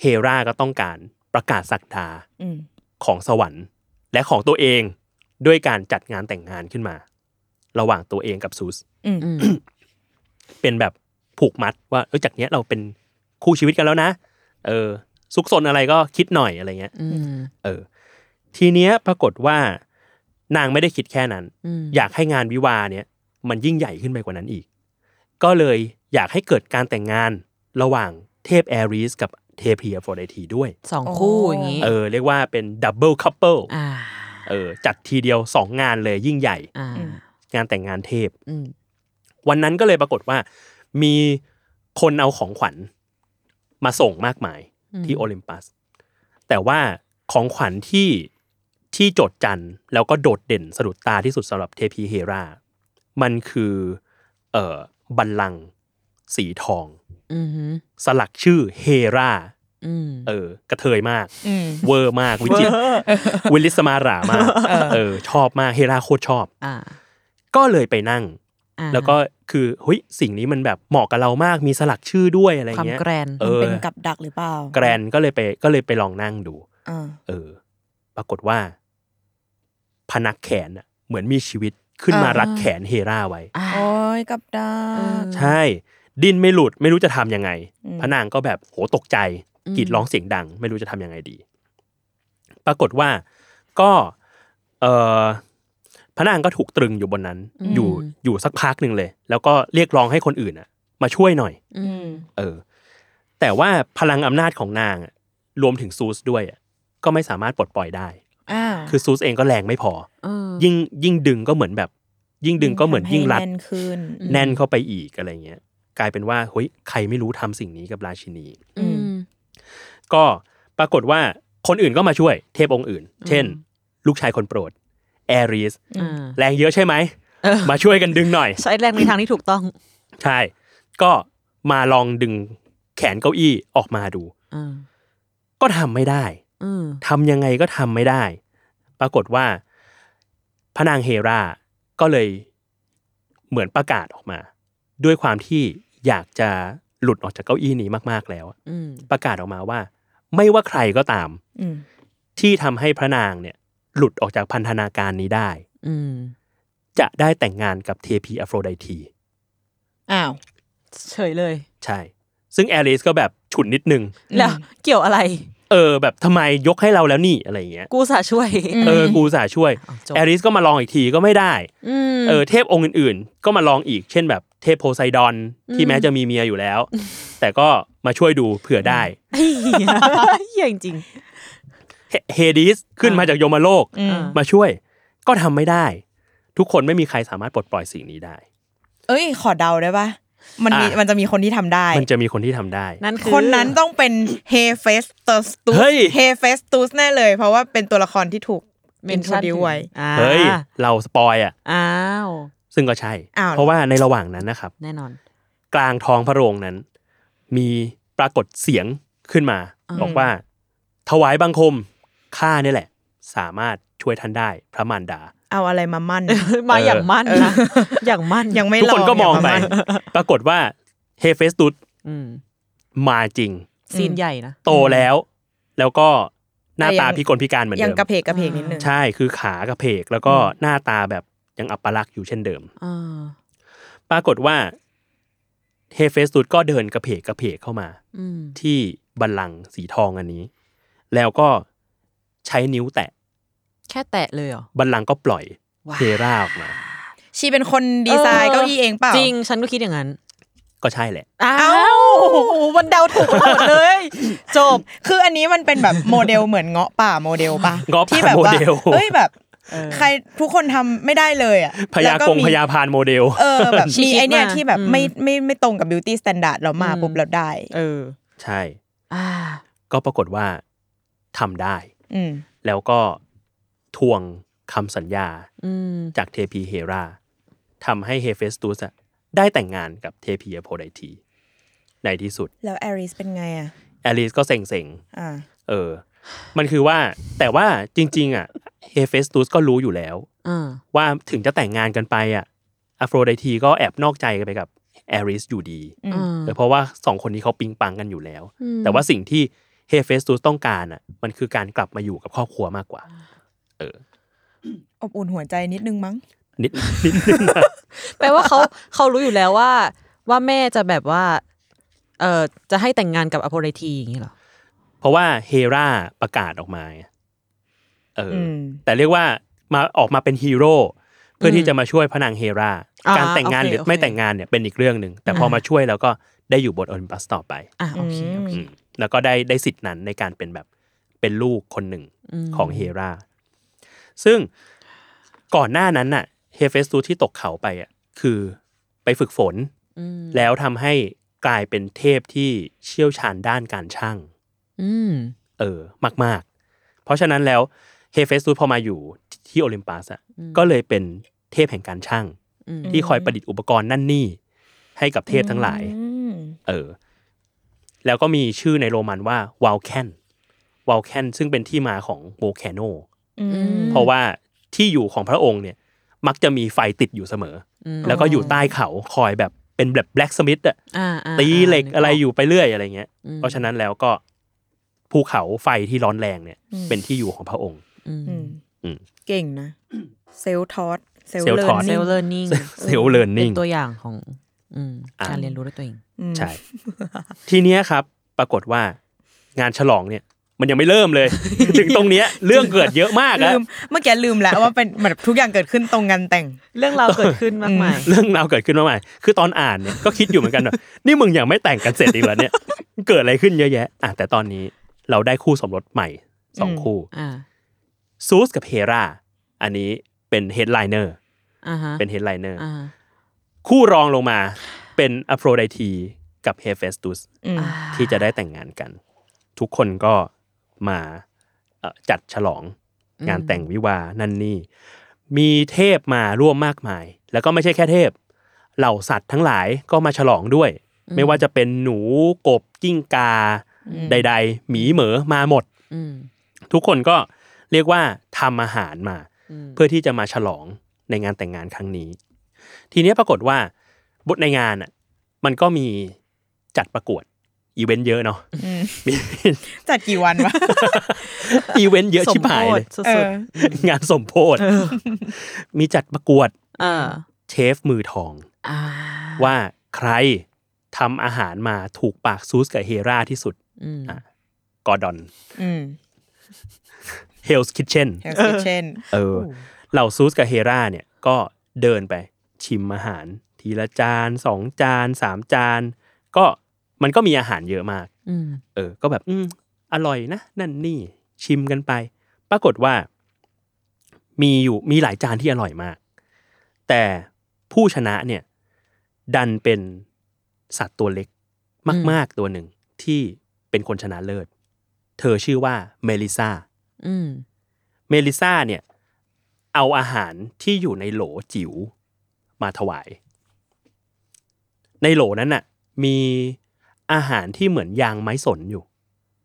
S2: เฮราก็ต้องการประกาศศักดา
S3: อืม
S2: ของสวรรค์และของตัวเองด้วยการจัดงานแต่งงานขึ้นมา ระหว่างตัวเองกับซูส
S3: อืม
S4: อืม
S2: เป็นแบบผูกมัดว่าเออจากเนี้ยเราเป็นคู่ชีวิตกันแล้วนะ เออซุกซนอะไรก็คิดหน่อยอะไรเงี้ย
S4: อืม
S2: เออ ทีเนี้ยปรากฏว่านางไม่ได้คิดแค่นั้น
S4: อืม
S2: อยากให้งานวิวาห์เนี่ย มันยิ่งใหญ่ขึ้นไปกว่านั้นอีก ก็เลยอยากให้เกิดการแต่งงานระหว่างเทพแอรีสกับเทพีอโฟรไดทีด้วย
S4: สองคู่อย่างนี้
S2: เออ เรียกว่าเป็นดับเบิลคัพเปิล
S4: อ่า
S2: เออจัดทีเดียวสองงานเลยยิ่งใหญ่
S4: อ่า
S2: งานแต่งงานเทพ
S4: อืม
S2: วันนั้นก็เลยปรากฏว่า มีคนเอาของขวัญมาส่งมากมาย
S4: อืม
S2: ที่โอลิมปัส แต่ว่าของขวัญที่ที่โจดจันแล้วก็โดดเด่นสะดุดตาที่สุดสำหรับเทพีเฮรา มันคือเอ่อบัลลังก์สีทอง
S4: อืม
S2: สลักชื่อเฮรา
S4: อืม
S2: เออกระเทยมาก
S3: อืม
S2: เวอร์มากวิจิตรวิลลิสมารามากเออชอบมากเฮราโคตรชอบ
S4: อ่า
S2: ก็เลยไปนั่ง
S4: อ่า
S2: แล้วก็คือเฮ้ยสิ่งนี้มันแบบเหมาะกับเรามากมีสลักชื่อด้วยอะไร
S4: ความ
S2: เงี้ย
S4: แกรน
S2: เออ
S3: เป็นกับดักหรือเปล่า
S2: แกรนก็เลยไปก็เลยไปลองนั่งดู
S3: อ่า
S2: เออ ปรากฏว่า พนักแขนอะเหมือนมีชีวิตขึ้นมา
S3: อ่า
S2: รัดแขนเฮราไว้
S4: อ่า
S3: โอ้ยกับดัก
S2: ใช่ ดิ้นไม่หลุดไม่รู้จะทำยังไง
S3: อืม
S2: พระนางก็แบบโหตกใจ
S4: อืม
S2: กรีดร้องเสียงดัง ไม่รู้จะทำยังไงดี ปรากฏว่าก็ เออพระนางก็ถูกตรึงอยู่บนนั้น
S4: อืม
S2: อยู่อยู่สักพักหนึ่งเลย แล้วก็เรียกร้องให้คนอื่นอะมาช่วยหน่อย
S4: อืม
S2: เออ แต่ว่าพลังอำนาจของนางอะรวมถึงซูสด้วยอะก็ไม่สามารถปลดปล่อยได้
S3: อ้าว
S2: คือซูสเองก็แรงไม่พอ
S4: เออ
S2: ยิ่งยิ่งดึงก็เหมือนแบบ ยิ่งดึงก็เหมือนยิ่งรัด
S3: ทำให้แน่นขึ้น
S4: อืม
S2: แน่นเข้าไปอีกอะไรเงี้ย กลายเป็นว่าเฮ้ยใครไม่รู้ทำสิ่งนี้กับราชินี
S4: อืม
S2: ก็ปรากฏว่าคนอื่นก็มาช่วยเทพองค์อื่น เช่น ลูกชายคนโปรดแอริส
S3: อืม
S2: แรงเยอะใช่ไหม
S4: เออ
S2: มาช่วยกันดึงหน่อย
S4: ใช้แรงในทางที่ถูกต้อง
S2: ใช่ ก็มาลองดึงแขนเก้าอี้ออกมาดู
S4: อืม
S2: ก็ทำไม่ได้
S4: อืม
S2: ทำยังไงก็ทำไม่ได้ ปรากฏว่าพระนางเฮราก็เลยเหมือนประกาศออกมา ด้วยความที่อยากจะหลุดออกจากเก้าอี้นี้มากๆแล้ว
S4: อืม
S2: ประกาศออกมาว่า ไม่ว่าใครก็ตาม
S3: อืม
S2: ที่ทำให้พระนางเนี่ย หลุดออกจากพันธนาการนี้ได้
S4: อืม
S2: จะได้แต่งงานกับเทพีอโฟรไดที
S3: อ้าว
S4: เฉยเลย
S2: ใช่ ซึ่งแอริสก็แบบฉุนนิดนึง
S4: แล้วเกี่ยวอะไร
S2: เออ แบบทำไมยกให้เราแล้วนี่อะไรอย่างเงี้ย
S4: กูสาช่วย
S2: เออกูอุตสาห์ช่วย
S4: าจบ
S2: แอริสก็มาลองอีกทีก็ไม่ได้
S4: ม
S2: เออเทพองค์อื่นๆ ก็มาลองอีกเช่นแบบเทพโพไซดอนที่
S4: อืม
S2: แม้จะมีเมียอยู่แล้ว แต่ก็มาช่วยดูเผื่อได้
S4: ไอ้เหี้ยเหี้ยจริง
S2: เฮเฮดิสขึ้นมาจากโยมโลก
S3: อืม
S2: มาช่วยก็ทำไม่ได้ ทุกคนไม่มีใครสามารถปลดปล่อยสิ่งนี้ได้
S3: เอ้ย ขอเดาได้ปะมันมี
S2: อ่ะ
S3: มันจะมีคนที่ทำได้
S2: มันจะมีคนที่ทำได้
S4: ๆนั่นอ
S3: คนนั้นต้องเป็นเฮเฟสต u สตูส
S2: เฮ้ย
S3: เฮเฟสตูสแน่เลย เพราะว่าเป็นตัวละครที่ถูก
S4: mention
S3: ดิวไว้
S4: อ่า
S2: เฮ้ย เราสปอยอ่ะ
S4: อ้าว
S2: ซึ่งก็ใช่
S3: อ้าว
S2: เพราะว่าในระหว่างนั้นนะครับ
S4: แน่นอน
S2: กลางท้องพระโรงนั้น มีปรากฏเสียงขึ้นมา
S4: อืม
S2: บอกว่า ถวายบังคมข้าเนี่ยแหละ สามารถช่วยท่านได้พระมารดา
S3: เอาอะไรมามั่น
S4: มาอย่างมั่นนะอย่างมั่น
S3: ยังไม่
S2: ทุกคนก็มองไป
S3: ยัามั่น
S2: ปรากฏว่าเฮเฟสตุส
S4: อืม
S2: มาจริง
S4: ซีนใหญ่นะ
S2: โตแล้ว แล้วก็หน้า
S3: แต่ยัง
S2: ตาพิกลพิการเหมือน
S3: ยัง
S2: เดิม
S3: กระเพกกระเพกนิดนึง
S2: ใช่คือขากระเพก แล้วก็หน้าตาแบบยังอัปลักษณ์อยู่เช่นเดิม
S4: อ่า
S2: ปรากฏว่าเฮเฟสตุสก็เดินกระเพกกระเพกเข้ามา
S4: อืม
S2: ที่บัลลังก์สีทองอันนี้ แล้วก็ใช้นิ้วแตะ
S4: แค่แตะเลยเหรอ
S2: บัลลังก์ก็ปล่อย
S4: ว้าว
S2: เฮราออกมา
S3: ชีเป็นคนดีไซน์เก้าอี้เองเปล่า
S4: จริง ฉันก็คิดอย่างนั้น
S2: ก็ใช่แหละ
S4: อ้าวมันเดาถูกหมดเลย จบ
S3: คืออันนี้มันเป็นแบบ โมเดลเหมือนเงาะป่าโมเดลป่ะ
S2: เงาะป่า
S3: ที่แบบว่า
S2: โมเดล
S3: เอ้ยแบบ ใครทุกคนทำไม่ได้เลยอ่ะ
S2: พยากง
S3: แล้วก็มี
S2: พยาพานโมเดล
S3: เออแบบ
S4: ชี้
S3: มีไอเนี้ย
S4: มา
S3: ที่แบบ
S4: อืม
S3: ไม่ไม่ไม่ตรงกับบิวตี้สแตนดาร์ดเรามา
S4: อืม
S3: ปุ๊บเราได้
S4: เออ
S2: ใช่
S4: อ่า
S2: ก็ปรากฏว่าทำได้
S3: อืม
S2: แล้วก็ทวงคำสัญญา
S4: อืม
S2: จากเทพีเฮราทำให้เฮเฟสตุสอะได้แต่งงานกับเทพีอโพไดที ในที่สุด
S3: แล้วแอริสเป็นไงอ่ะ
S2: แอลิสก็เซ็งๆ
S3: อ่า
S2: เออ มันคือว่าแต่ว่าจริง ๆ อ่ะเฮเฟสตุสก็รู้อยู่แล้ว
S4: อ่า
S2: ว่าถึงจะแต่งงานกันไปอ่ะอโฟรไดทีก็แอบนอกใจกันไปกับแอริสอยู่ดี
S3: อืม
S2: เออเพราะว่าสองคนนี้เขาปิงปังกันอยู่แล้ว
S4: อืม
S2: แต่ว่าสิ่งที่เฮเฟสตุสต้องการอ่ะ มันคือการกลับมาอยู่กับครอบครัวมากกว่า
S3: อบอุ่นหัวใจนิดนึงมั้ง
S2: นิดนิดนึงนะ
S4: แปลว่าเขาเขารู้อยู่แล้วว่า ว่าแม่จะแบบว่า เออจะให้แต่งงานกับอโพไลทีอย่างนี้เหรอ
S2: เพราะว่าเฮราประกาศออกมาไง เอออ
S3: อืม
S2: แต่เรียกว่ามาออกมาเป็นฮีโร่เพื่ออ
S4: ม
S2: ที่จะมาช่วยพระนางเฮรา
S4: อ่า
S2: การแต่งงาน
S4: โอ
S2: ห
S4: เค
S2: รือ
S4: โอเค
S2: ไม่แต่งงานเนี่ยเป็นอีกเรื่องหนึ่งแต่พออา มาช่วยแล้วก็ได้อยู่บนโอลิมปัสต่อไป
S4: อ่ะโอเคโอเค
S2: อืมแล้วก็ได้ได้สิทธิ์นั้นในการเป็นแบบเป็นลูกคนหนึ่ง
S4: ม
S2: ของเฮรา ซึ่งก่อนหน้านั้นน่ะเฮเฟสตูสที่ตกเขาไปอ่ะคือไปฝึกฝน
S4: อืม
S2: แล้วทำให้กลายเป็นเทพที่เชี่ยวชาญด้านการช่าง
S4: อืม
S2: เออมาก ๆ เพราะฉะนั้นแล้วเฮเฟสตูสพอมาอยู่ที่โอลิมปัสอ่ะ
S4: อืม
S2: ก็เลยเป็นเทพแห่งการช่าง
S4: อืม
S2: ที่คอยประดิษฐ์อุปกรณ์นั่นนี่ ให้กับเทพทั้งหลาย
S3: อืม
S2: เออ แล้วก็มีชื่อในโรมันว่าวาลแคนวาลแคนซึ่งเป็นที่มาของโวลแคนโน
S3: อืม
S2: เพราะว่าที่อยู่ของพระองค์เนี่ย มักจะมีไฟติดอยู่เสมออ
S4: ม
S2: แล้วก็อยู่ใต้เขาคอยแบบเป็นแบบแบล็กสมิธอะ
S4: อ่าอ่า
S2: ตีเหล็ก
S4: นึ
S2: อะไร
S4: กก
S2: อยู่ไปเรื่อยอะไรเงี้ย
S4: อืม
S2: เพราะฉะนั้นแล้วก็ภูเขาไฟที่ร้อนแรงเนี่ย
S3: อืม
S2: เป็นที่อยู่ของพระองค์
S4: อืม
S3: อืม
S2: อืม
S3: เก่งนะ เซลทอส
S2: self-taught
S4: เซลเลอร์นิ่ง
S2: เซลเลอร์นิ่ง
S4: เป็นตัวอย่างของอืม
S2: อ่า
S4: การเรียนรู้ด้วยตัวเอง
S2: ใช่ ทีเนี้ยครับ ปรากฏว่างานฉลองเนี่ย มันยังไม่เริ่มเลย ถึงตรงเนี้ย เรื่องเกิดเยอะมากแล้
S3: ลื
S2: ว
S3: มเมื่อกี้ลืมแล้วว่าเป็นเหมือนทุกอย่างเกิดขึ้นตรงงานแต่ง
S4: เรื่องราวเกิดขึ้นมากมาย
S2: เรื่องราวเกิดขึ้นมาใหม่ คือตอนอ่านเนี่ยก็คิดอยู่เหมือนกันว่า นี่มึงยังไม่แต่งกันเสร็จอีกเหรอเนี่ย เกิดอะไรขึ้นเยอะแยะ อ่ะแต่ตอนนี้เราได้คู่สมรสใหม่สอง
S3: อืม
S2: คู่
S4: อ่า
S2: ซูสกับเฮรา อันนี้เป็นเฮดไลเนอร์
S4: อ่าฮะ
S2: เป็นเฮดไลเนอร์
S4: อ่า
S2: คู่รองลงมาเป็นอโฟรไดทีกับเฮเฟสตุส
S3: อืม
S4: อ่า
S2: ที่จะได้แต่งงานกัน ทุกคนก็มาเอ่อจัดฉลองงานแต่งวิวาห์นั่นนี่ มีเทพมาร่วมมากมาย แล้วก็ไม่ใช่แค่เทพ เหล่าสัตว์ทั้งหลายก็มาฉลองด้วย ไม่ว่าจะเป็นหนูกบกิ้งกา
S3: อืม
S2: ใด ๆ หมีเหมอมาหมด
S4: อืม
S2: ทุกคนก็เรียกว่าทำอาหารมา
S4: ม
S2: เพื่อที่จะมาฉลองในงานแต่งงานครั้งนี้ ทีเนี้ยปรากฏว่าบทในงานอ่ะมันก็มีจัดประกวดอีเวนต์เยอะ เนาะ
S3: อืม
S2: มี
S3: จัดกี่วันวะ
S2: อีเวนต์เยอะชิบหายเลย
S4: สมโพธิ
S3: เอ
S4: สุด
S3: อ
S2: งานสมโพธมีจัดประกวด
S4: ๆเออ
S2: เชฟมือทอง
S4: อ่า
S2: ว่าใครทำอาหารมาถูกปากซูสกับเฮราที่สุด
S4: อืม
S2: กอร์ดอน
S3: อืม
S2: เฮลส์คิทเช่น
S3: แฮลซิเช่น
S2: เออเหล่าซูสกับเฮราเนี่ยก็เดินไปชิมอาหาร ทีละจานสองจานสามจาน ก็มันก็มีอาหารเยอะมาก
S4: อืม
S2: เออ ก็แบบอืมอร่อยนะ นั่นนี่ชิมกันไป ปรากฏว่า มีอยู่มีหลายจานที่อร่อยมาก แต่ผู้ชนะเนี่ย ดันเป็นสัตว์ตัวเล็กมาก ๆ ตัวหนึ่งที่เป็นคนชนะเลิศ เธอชื่อว่าเมลิซา
S4: อืม
S2: เมลิซาเนี่ย เอาอาหารที่อยู่ในโหลจิ๋วมาถวาย ในโหลนั้นน่ะ มีอาหารที่เหมือนยางไม้สนอยู่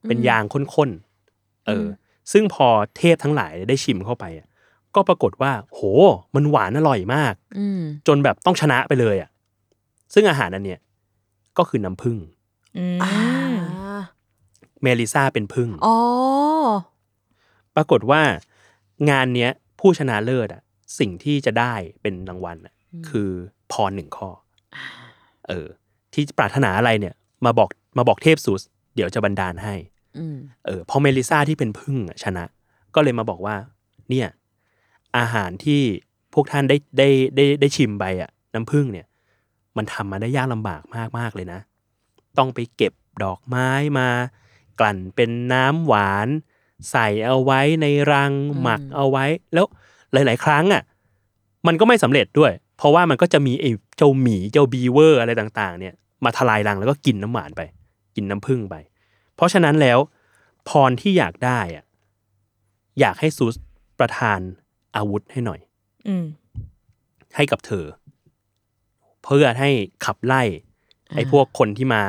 S2: เป็นยางข้นๆ เอออ ซึ่งพอเทพทั้งหลายได้ชิมเข้าไปอะก็ปรากฏว่า โห มันหวานอร่อยมาก
S4: อืม
S2: จนแบบต้องชนะไปเลยอ่ะ ซึ่งอาหารอันเนี้ยก็คือน้ำผึ้ง
S3: อืม
S4: อ่า
S2: เมลิซาเป็นผึ้ง
S4: อ๋อ
S2: ปรากฏว่างานเนี้ยผู้ชนะเลิศอ่ะ สิ่งที่จะได้เป็นรางวัลอะคือพรหนึ่งข้อ เออ ที่ปรารถนาอะไรเนี่ย มาบอกมาบอกเทพซูส เดี๋ยวจะบันดาลให้
S4: อืม
S2: เออพอเมลิซาที่เป็นพึ่งอะชนะ ก็เลยมาบอกว่า เนี่ย อาหารที่พวกท่านได้ได้ได้ได้ชิมไปอ่ะ น้ำพึ่งเนี่ย มันทำมาได้ยากลำบากมากมากๆเลยนะ ต้องไปเก็บดอกไม้มา กลั่นเป็นน้ำหวาน ใส่เอาไว้ในรังหมักเอาไว้ แล้วหลาย ๆ ครั้งอ่ะ มันก็ไม่สำเร็จด้วย เพราะว่ามันก็จะมีไอ้เจ้าหมีเจ้าบีเวอร์อะไรต่าง ๆ เนี่ย มาทลายรังแล้วก็กินน้ำหวานไป กินน้ำพึ่งไป เพราะฉะนั้นแล้ว พรที่อยากได้อะอยากให้ซูสประทานอาวุธให้หน่อย
S3: อืม
S2: ให้กับเธอ เพื่อให้ขับไล่ ไอ้พวกคนที่มา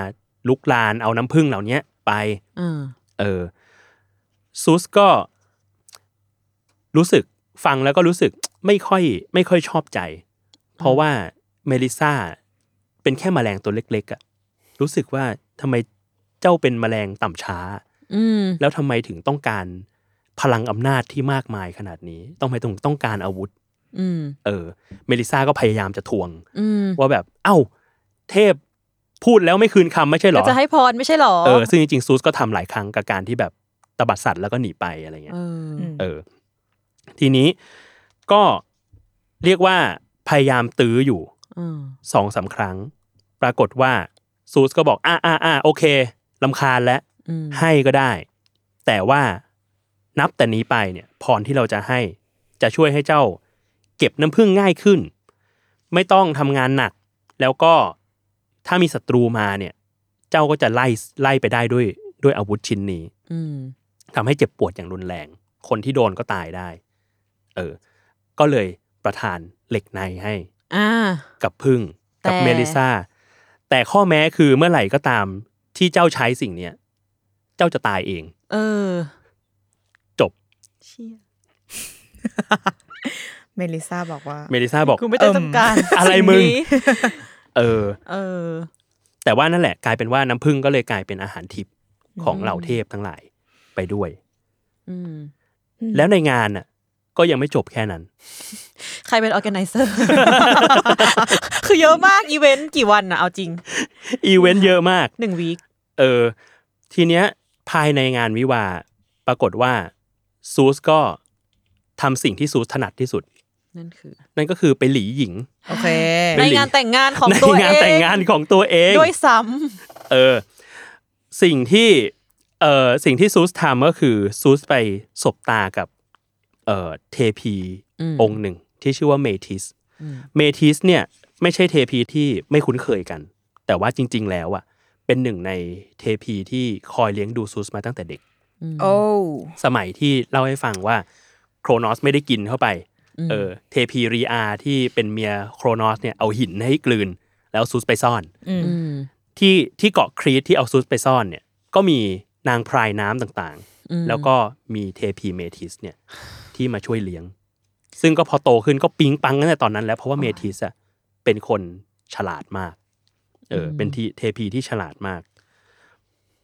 S2: ลุกลานเอาน้ำพึ่งเหล่าเนี้ยไป
S4: อ่า
S2: เออซูสก็ รู้สึกฟังแล้วก็รู้สึกไม่ค่อย ไม่ค่อยชอบใจ เพราะว่าเมลิซาเป็นแค่แมลงตัวเล็ก ๆอะรู้สึกว่าทำไมเจ้าเป็นแมลงต่ำช้า
S4: อืม
S2: แล้วทำไมถึงต้องการพลังอำนาจที่มากมายขนาดนี้ ต้องไปตรงต้องการอาวุธ
S4: อืม
S2: เออ เมลิซาก็พยายามจะทวง
S4: อืม
S2: ว่าแบบ เอ้า เทพพูดแล้วไม่คืนคำไม่ใช่เหร
S4: ก็
S2: อ
S4: จะให้พรไม่ใช่หรอ
S2: เออ ซึ่งจริงๆซูสก็ทำหลายครั้งกับการที่แบบตบัดสัตว์แล้วก็หนีไปอะไรเงี้ย
S4: เออ
S3: อืม
S2: เออ ทีนี้ก็เรียกว่าพยายามตื้ออยู่
S4: อืม
S2: สองสามครั้ง ปรากฏว่าซูสก็บอกอ่าอ่าอ่าโอเคลำคาญแล้ว
S4: อืม
S2: ให้ก็ได้ แต่ว่านับแต่นี้ไปเนี่ย พรที่เราจะให้ จะช่วยให้เจ้า เก็บน้ำผึ้งง่ายขึ้น ไม่ต้องทำงานหนัก แล้วก็ถ้ามีศัตรูมาเนี่ย เจ้าก็จะไล่ไล่ไปได้ด้วยด้วยอาวุธชิ้นนี้
S4: อืม
S2: ทำให้เจ็บปวดอย่างรุนแรง คนที่โดนก็ตายได้ เออ ก็เลยประทานเหล็กในให้
S4: อ่า
S2: กับพึ่งกับ
S4: แต่
S2: เมลิซาแต่ข้อแม้คือเมื่อไหร่ก็ตามที่เจ้าใช้สิ่งเนี้ย เจ้าจะตายเอง
S4: เออ
S2: จบ
S4: เชี่ย
S3: เมลิซาบอกว่า
S2: เมลิซาบอก
S4: กูไม่ได้ต้องการ
S2: อะไร
S4: สิ่
S2: มึง
S4: นี้
S2: เออ
S4: เออ
S2: แต่ว่านั่นแหละกลายเป็นว่าน้ำผึ้งก็เลยกลายเป็นอาหารทิพย์ของ
S3: อืม
S2: เหล่าเทพทั้งหลายไปด้วย
S4: อืม
S2: แล้วในงานน่ะ ก็ยังไม่จบแค่นั้น
S4: ใครเป็นออแกไนเซอร์ คือเยอะมาก อีเวนต์กี่วันอะเอาจริง
S2: อีเวนต์เยอะมาก
S4: หนึ่งวีค
S2: เออ ทีเนี้ยภายในงานวิวาห์ปรากฏว่าซูสก็ทำสิ่งที่ซูสถนัดที่สุด
S4: นั่นคือ
S2: นั่นก็คือไปหลีหญิง
S3: โอเค
S2: ไม่
S4: ใน
S2: หลี
S4: งานแต่งงานของ
S2: ใน
S4: ตัวเอง
S2: งานแต่งงานของตัวเอง
S4: ด้วยซ้
S2: เออ สิ่งที่เออสิ่งที่ซูสทำก็คือซูสไปสบตากับเออเทพี
S4: ำ
S2: องค์หนึ่ง ที่ชื่อว่าเมทิส
S4: อืม
S2: เมทิสเนี่ยไม่ใช่เทพีที่ไม่คุ้นเคยกัน แต่ว่าจริง ๆ แล้วอ่ะเป็นหนึ่งในเทพีที่คอยเลี้ยงดูซูสมาตั้งแต่เด็ก
S4: ม
S3: โอ้
S2: สมัยที่เล่าให้ฟังว่าโครนอสไม่ได้กินเข้าไป
S4: ม
S2: เออเทพีรีอาที่เป็นเมียโครนอสเนี่ยเอาหินให้กลืน แล้วซูสไปซ่อน
S3: อืม
S4: ม
S2: ที่ที่เกาะครีตที่เอาซูสไปซ่อนเนี่ยก็มีนางพรายน้ำต่าง
S4: อืม
S2: ๆ แล้วก็มีเทพีเมทิสเนี่ยที่มาช่วยเลี้ยง ซึ่งก็พอโตขึ้นก็ปิ๊งปังตั้งแต่ตอนนั้นแล้วเพราะว่าเมทิสอะเป็นคนฉลาดมากเออเป็นที่เทพีที่ฉลาดมาก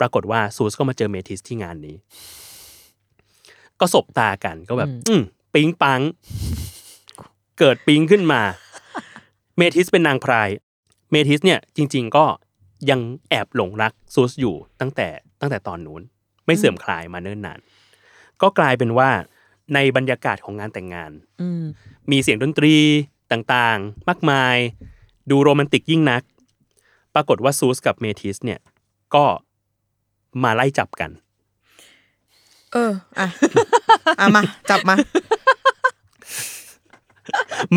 S2: ปรากฏว่าซูสก็มาเจอเมทิสที่งานนี้ ก็สบตากันก็แบบ อืมปิ๊งปัง เกิดปิ๊งขึ้นมา เมทิสเป็นนางพราย เมทิสเนี่ยจริง ๆ ก็ยังแอบหลงรักซูสอยู่ตั้งแต่ตั้งแต่ตอนนู้น ไม่เสื่อมคลายมาเนิ่นนาน ก็กลายเป็นว่าในบรรยากาศของงานแต่งงาน
S4: อืม
S2: มีเสียงดนตรีต่างๆ มากมาย ดูโรแมนติกยิ่งนัก ปรากฏว่าซูสกับเมทิสเนี่ยก็มาไล่จับกัน
S3: เออ อ่ะ อ่ะมา จับมา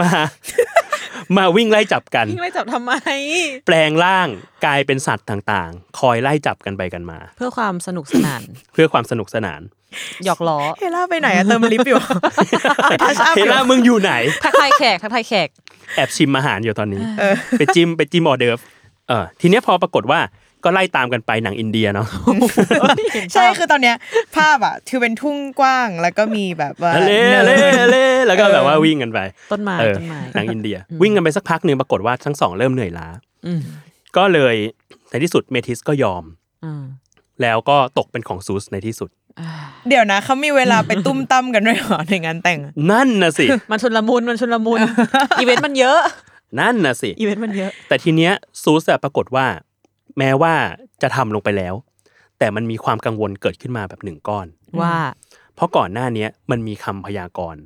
S2: มา มาวิ่งไล่จับกัน
S4: พี่ไม่จับทำไม
S2: แปลงร่างกลายเป็นสัตว์ต่างๆ คอยไล่จับกันไปกันมา
S4: เพื่อความสนุกสนาน
S2: เพื่อความสนุกสนาน
S4: หยอกล้อ
S3: เฮล่าไปไหนอะเติมลิฟต์อยู่ ทัชอัพ
S2: เฮ
S3: อยู่
S2: ล่ามึงอยู่ไหน
S4: ทักทายแขกทักทายแขก
S2: แอบชิมอาหารอยู่ตอนนี้
S3: เออ
S2: ไปจิ้มไปจิ้มออเดิร์ฟเออทีเนี้ยพอปรากฏว่าก็ไล่ตามกันไปหนังอินเดียเนาะ
S3: ใช่ คือตอนเนี้ย ภาพอะคือเป็นทุ่งกว้าง แล้วก็มีแบบว่า
S2: เล่
S3: นิ
S2: เล่
S3: น
S2: เล่แล้วก็
S3: เออ
S2: แบบว่าวิ่งกันไป
S4: ต้นไม้
S2: เออ
S4: ต้นไม้
S2: หนังอินเดีย วิ่งกันไปสักพักหนึ่งปรากฏว่าทั้งสองเริ่มเหนื่อยล้า
S4: อืม
S2: ก็เลยในที่สุดเมทิสก็ยอม
S4: อ่า
S2: แล้วก็ตกเป็นของซูสในที่สุด
S4: อ่า
S3: เดี๋ยวนะเขามีเวลาไปตุ้มตั้มกันด้วยเหรอในงานแต่งอะ
S2: นั่นน่ะ สิ
S4: มันชุนละมุนมันชุนละ มุน อีเวนต์มันเยอะ
S2: นั่นน่ะสิ
S4: อีเวนต์มันเยอะ
S2: แต่ทีเนี้ยซูสอะปรากฏว่า แม้ว่าจะทำลงไปแล้ว แต่มันมีความกังวลเกิดขึ้นมาแบบหนึ่งก้อน
S4: ว่า
S2: เพราะก่อนหน้าเนี้ยมันมีคำพยากรณ์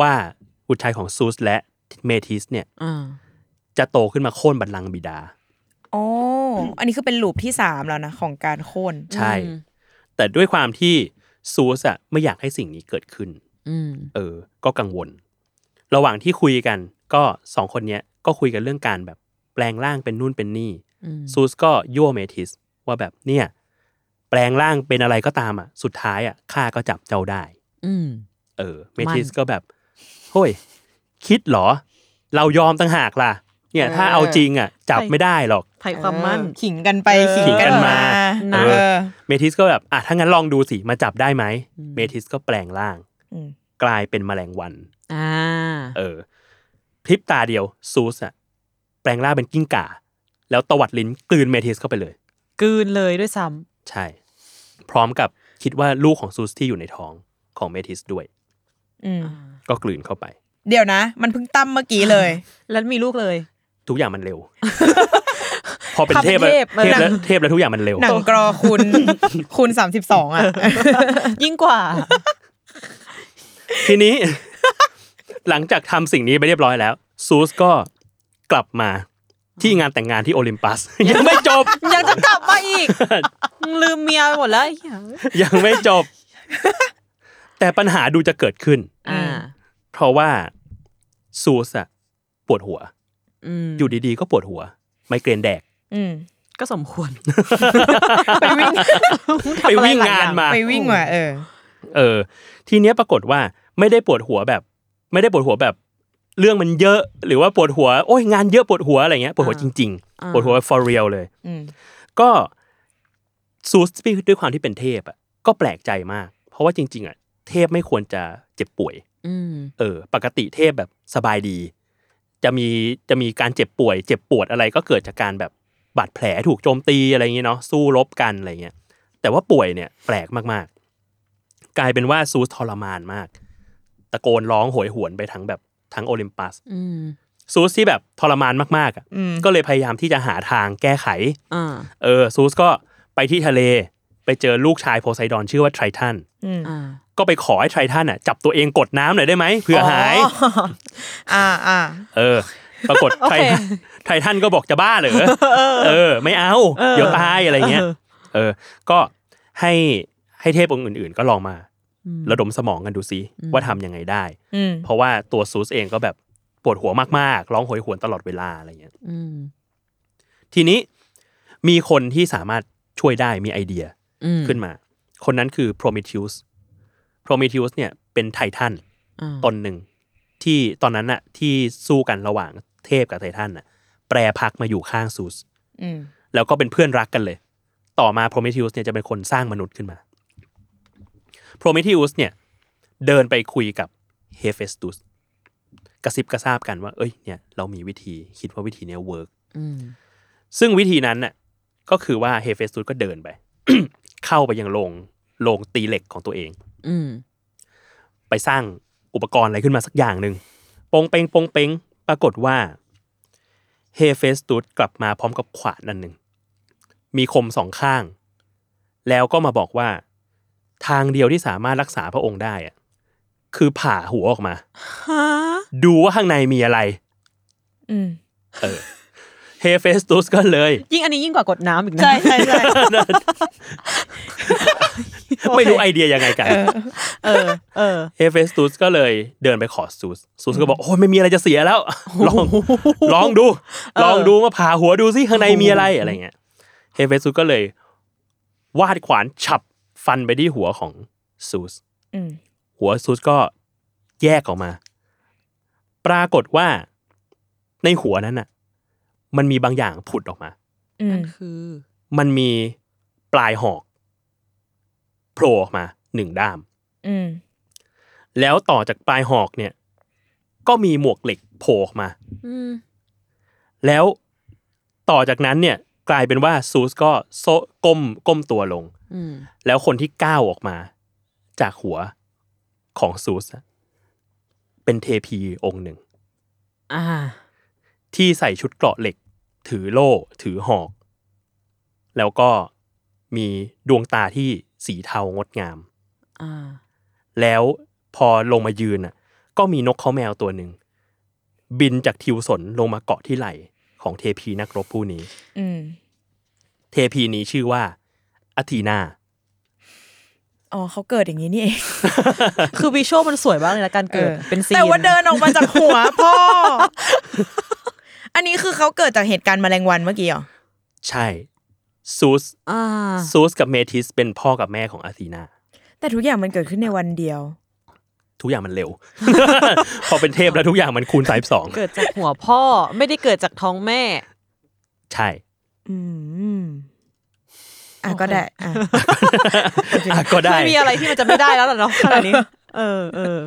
S2: ว่าบุตรชายของซูสและเมทิสเนี่ย
S4: อ่า
S2: จะโตขึ้นมาโค่นบัลลังก์บิดา
S3: โอ้อันนี้คือเป็นลูปที่สามแล้วนะของการโค่น
S2: ใช่ แต่ด้วยความที่ซูสอะไม่อยากให้สิ่งนี้เกิดขึ้น
S4: อืม
S2: เออ ก็กังวล ระหว่างที่คุยกัน ก็สองคนเนี้ยก็คุยกันเรื่องการแบบแปลงร่างเป็นนู่นเป็นนี่
S4: อืม
S2: ซูสก็ยั่วเมทิสว่าแบบเนี่ย แปลงร่างเป็นอะไรก็ตามอ่ะ สุดท้ายอ่ะข้าก็จับเจ้าได้
S4: อืม
S2: เออ เม
S4: มัน
S2: ทิสก็แบบเฮ้ยคิดเหรอ เรายอมตั้งหากล่ะ เนี่ย ถ้าเอาจริงอ่ะ จับไม่ได้หรอก
S4: ภัยความมั่น
S3: เออขิงกันไป
S4: เออ
S3: ขิงกันมา
S4: ขิง
S3: เอ
S4: กันมา
S3: อ
S2: เมทิสก็แบบอ่ะถ้างั้นลองดูสิ มาจับได้ไหม
S4: อืม
S2: เมทิสก็แปลงร่าง
S3: อืม
S2: กลายเป็นแมลงวัน
S4: อ่า
S2: เออพริบตาเดียวซูสอ่ะแปลงร่างเป็นกิ้งก่า แล้วตวัดลิ้นกลืนเมทิสเข้าไปเลย
S4: กลืนเลยด้วยซ้
S2: ใช่ พร้อมกับคิดว่าลูกของซูสที่อยู่ในท้องของเมทิสด้วย
S3: อืม
S4: ำ
S2: ก็กลืนเข้าไป
S3: เดี๋ยวนะ มันเพิ่งตั้มเมื่อกี้เลย
S4: แล้วมีลูกเลย
S2: ทุกอย่างมันเร็ว พอเป็น
S4: พอ
S2: เท
S4: เป็
S2: พ
S4: น
S2: แล้ว
S4: เทพเออ
S2: เทพแล้วเทพแล้วทุกอย่างมันเร็ว
S3: หนังกรอ คูณคูณสามสิบสองอ่ะ
S4: ยิ่งกว่า
S2: ทีนี้ หลังจากทำสิ่งนี้ไปเรียบร้อยแล้ว ซูสก็กลับมาที่งานแต่งงานที่โอลิมปัส ยังไม่จบ
S4: ยังจะกลับมาอีกมึง ลืมเมียไปหมดแล้วไอ้เหี้ย
S2: ยังไม่จบ แต่ปัญหาดูจะเกิดขึ้น
S4: อ่า
S2: เพราะว่าซูสอะปวดหัว
S4: อืม
S2: อยู่ดีๆ ก็ปวดหัว ไมเกรนแดก
S3: อืม
S4: ก็สมคว ร
S3: ไปวิ่ง
S2: ไป
S4: ทำอะร
S2: วิ่ง
S4: หลย
S2: งา
S4: อน ย่
S2: มา
S3: ไปวิ่งว่ะเออ
S2: เออ ทีเนี้ยปรากฏว่าไม่ได้ปวดหัวแบบ ไม่ได้ปวดหัวแบบ เรื่องมันเยอะ หรือว่าปวดหัว โอ้ยงานเยอะปวดหัวอะไรเงี้ยปวดหัวจริง
S4: อ่า
S2: ๆ ปวดหัว for real เลย
S3: อืม
S2: ก็ซูสปีด้วยความที่เป็นเทพอ่ะก็แปลกใจมาก เพราะว่าจริง ๆอ่ะเทพไม่ควรจะเจ็บป่วย
S4: อืม
S2: เออ ปกติเทพแบบสบายดี จะมีจะมีการเจ็บป่วย เจ็บปวดอะไรก็เกิดจากการแบบบาดแผลถูกโจมตีอะไรอย่างเงี้เนาะสู้รบกันอะไรเงี้ยแต่ว่าป่วยเนี่ยแปลกมากๆ กลายเป็นว่าซูสทรมานมาก ตะโกนร้องโหยหวนไปทั้งแบบทั้งโอลิมปัส
S4: อืม
S2: ซูสที่แบบทรมานมากๆอ่ะ
S3: อืม
S2: ก็เลยพยายามที่จะหาทางแก้ไข
S4: อ่า
S2: เออซูสก็ไปที่ทะเลไปเจอลูกชายโพไซดอนชื่อว่าไททัน
S3: อืม
S4: อ่า
S2: ก็ไปขอให้ไททันอ่ะจับตัวเองกดน้ำหน่อยได้ไหมเผื่อหาย
S3: อ๋ออ่าอ่า
S2: เออ ปรากฏ
S4: โอ
S2: ไท
S4: เค
S2: ทันไททันก็บอกจะบ้าเหรอเออ ไม่เอา เดี๋ยวตายอะไรเงี้ยเออ ก็ให้ให้เทพองค์อื่น ๆ ก็ลองมา
S4: อืม
S2: ระดมสมองกันดูซิ
S4: อืม
S2: ว่าทำยังไงได้
S3: อืม
S2: เพราะว่าตัวซูสเองก็แบบปวดหัวมากๆร้องโหยหวนตลอดเวลาอะไรเงี้ย
S4: อืม
S2: ทีนี้มีคนที่สามารถช่วยได้มีไอเดีย
S4: อืม
S2: ขึ้นมา คนนั้นคือ Prometheus Prometheus เนี่ยเป็นไททัน
S4: อ่า
S2: ตนหนึ่ง ที่ตอนนั้นน่ะที่สู้กันระหว่างเทพกับไททันน่ะแปรพักมาอยู่ข้างซูส
S3: อืม
S2: แล้วก็เป็นเพื่อนรักกันเลย ต่อมา Prometheus เนี่ยจะเป็นคนสร้างมนุษย์ขึ้นมา Prometheus เนี่ยเดินไปคุยกับเฮเฟสตุสกระซิบกระซาบกันว่า เอ้ยเนี่ยเรามีวิธีคิดว่าวิธีเนี้ยเวิร์ก
S4: อืม
S2: ซึ่งวิธีนั้นน่ะก็คือว่าเฮเฟสตุสก็เดินไป เข้าไปยังโรงโรงตีเหล็กของตัวเอง
S4: อืม
S2: ไปสร้างอุปกรณ์อะไรขึ้นมาสักอย่างหนึ่งปงเปงปงเปงปรากฏว่าเฮเฟสตุสกลับมาพร้อมกับขวานนั่นหนึ่ง มีคมสองข้าง แล้วก็มาบอกว่า ทางเดียวที่สามารถรักษาพระองค์ได้อะคือผ่าหัวออกมา
S4: ฮะ
S2: ดูว่าข้างในมีอะไร
S3: อืม
S2: เออเฮเฟสตุสก็เลย
S4: ยิ่งอันนี้ยิ่งกว่ากดน้ำอีกนะ
S3: ใช่ใช่ใช่
S2: ไม่รู้ไอเดียยังไงกัน
S4: เออ เออ
S2: เฮเฟสตุสก็เลยเดินไปขอซูสซูสก็บอกโอ้ยไม่มีอะไรจะเสียแล้ว ลองลองดู ลองดูมาผ่าหัวดูซิข้างในมีอะไรอะไรเงี้ยเฮเฟสตุสก็เลย วาดขวานฉับฟันไปที่หัวของซูส
S3: อืม
S2: หัวซูสก็แยกออกมา ปรากฏว่าในหัวนั้นน่ะ มันมีบางอย่างผุดออกมา
S3: อืม
S4: นั่นคือ
S2: มันมีปลายหอกโผล่ออกมาหนึ่งด้าม
S3: อืม
S2: แล้วต่อจากปลายหอกเนี่ย ก็มีหมวกเหล็กโผล่ออกมา
S4: อืม
S2: แล้วต่อจากนั้นเนี่ยกลายเป็นว่าซูสก็โซะก้มก้มตัวลง
S4: อืม
S2: แล้วคนที่ก้าวออกมา จากหัวของซูสอะเป็นเทพีองค์หนึ่ง
S4: อ่า
S2: ที่ใส่ชุดเกราะเหล็ก ถือโล่ ถือหอก แล้วก็มีดวงตาที่สีเทางดงาม
S4: อ่า
S2: แล้วพอลงมายืนอ่ะ ก็มีนกเขาแมวตัวหนึ่ง บินจากทิวสนลงมาเกาะที่ไหล่ของเทพีนักรบผู้นี้
S3: อืม
S2: เทพีนี้ชื่อว่าอาทีนา
S3: อ๋อเขาเกิดอย่างนี้นี่เอง
S4: คือวิชวลมันสวยมากเลยนะการเกิด
S3: เออ
S4: เป็นซีน
S3: แต่ว่าเดินออกมาจาก หัวพ่อ อันนี้คือเขาเกิดจากเหตุการณ์แมลงวันเมื่อกี้เหรอ
S2: ใช่ซูส
S4: อ่า
S2: ซูสกับเมทิสเป็นพ่อกับแม่ของอาทีนา
S3: แต่ทุกอย่างมันเกิดขึ้นในวันเดียว
S2: ทุกอย่างมันเร็ว พอเป็นเทพแล้วทุกอย่างมันคูณสายสอง
S4: เกิดจากหัวพ่อไม่ได้เกิดจากท้องแม่
S2: ใช่
S3: อืม อ่ะ
S4: โอเค
S3: ก็ได้อ่ะ
S2: อ่ะก็ได้
S4: ไม่มีอะไรที่มันจะไม่ได้แล้วล่ะเนาะขนาดนี้ เออเออ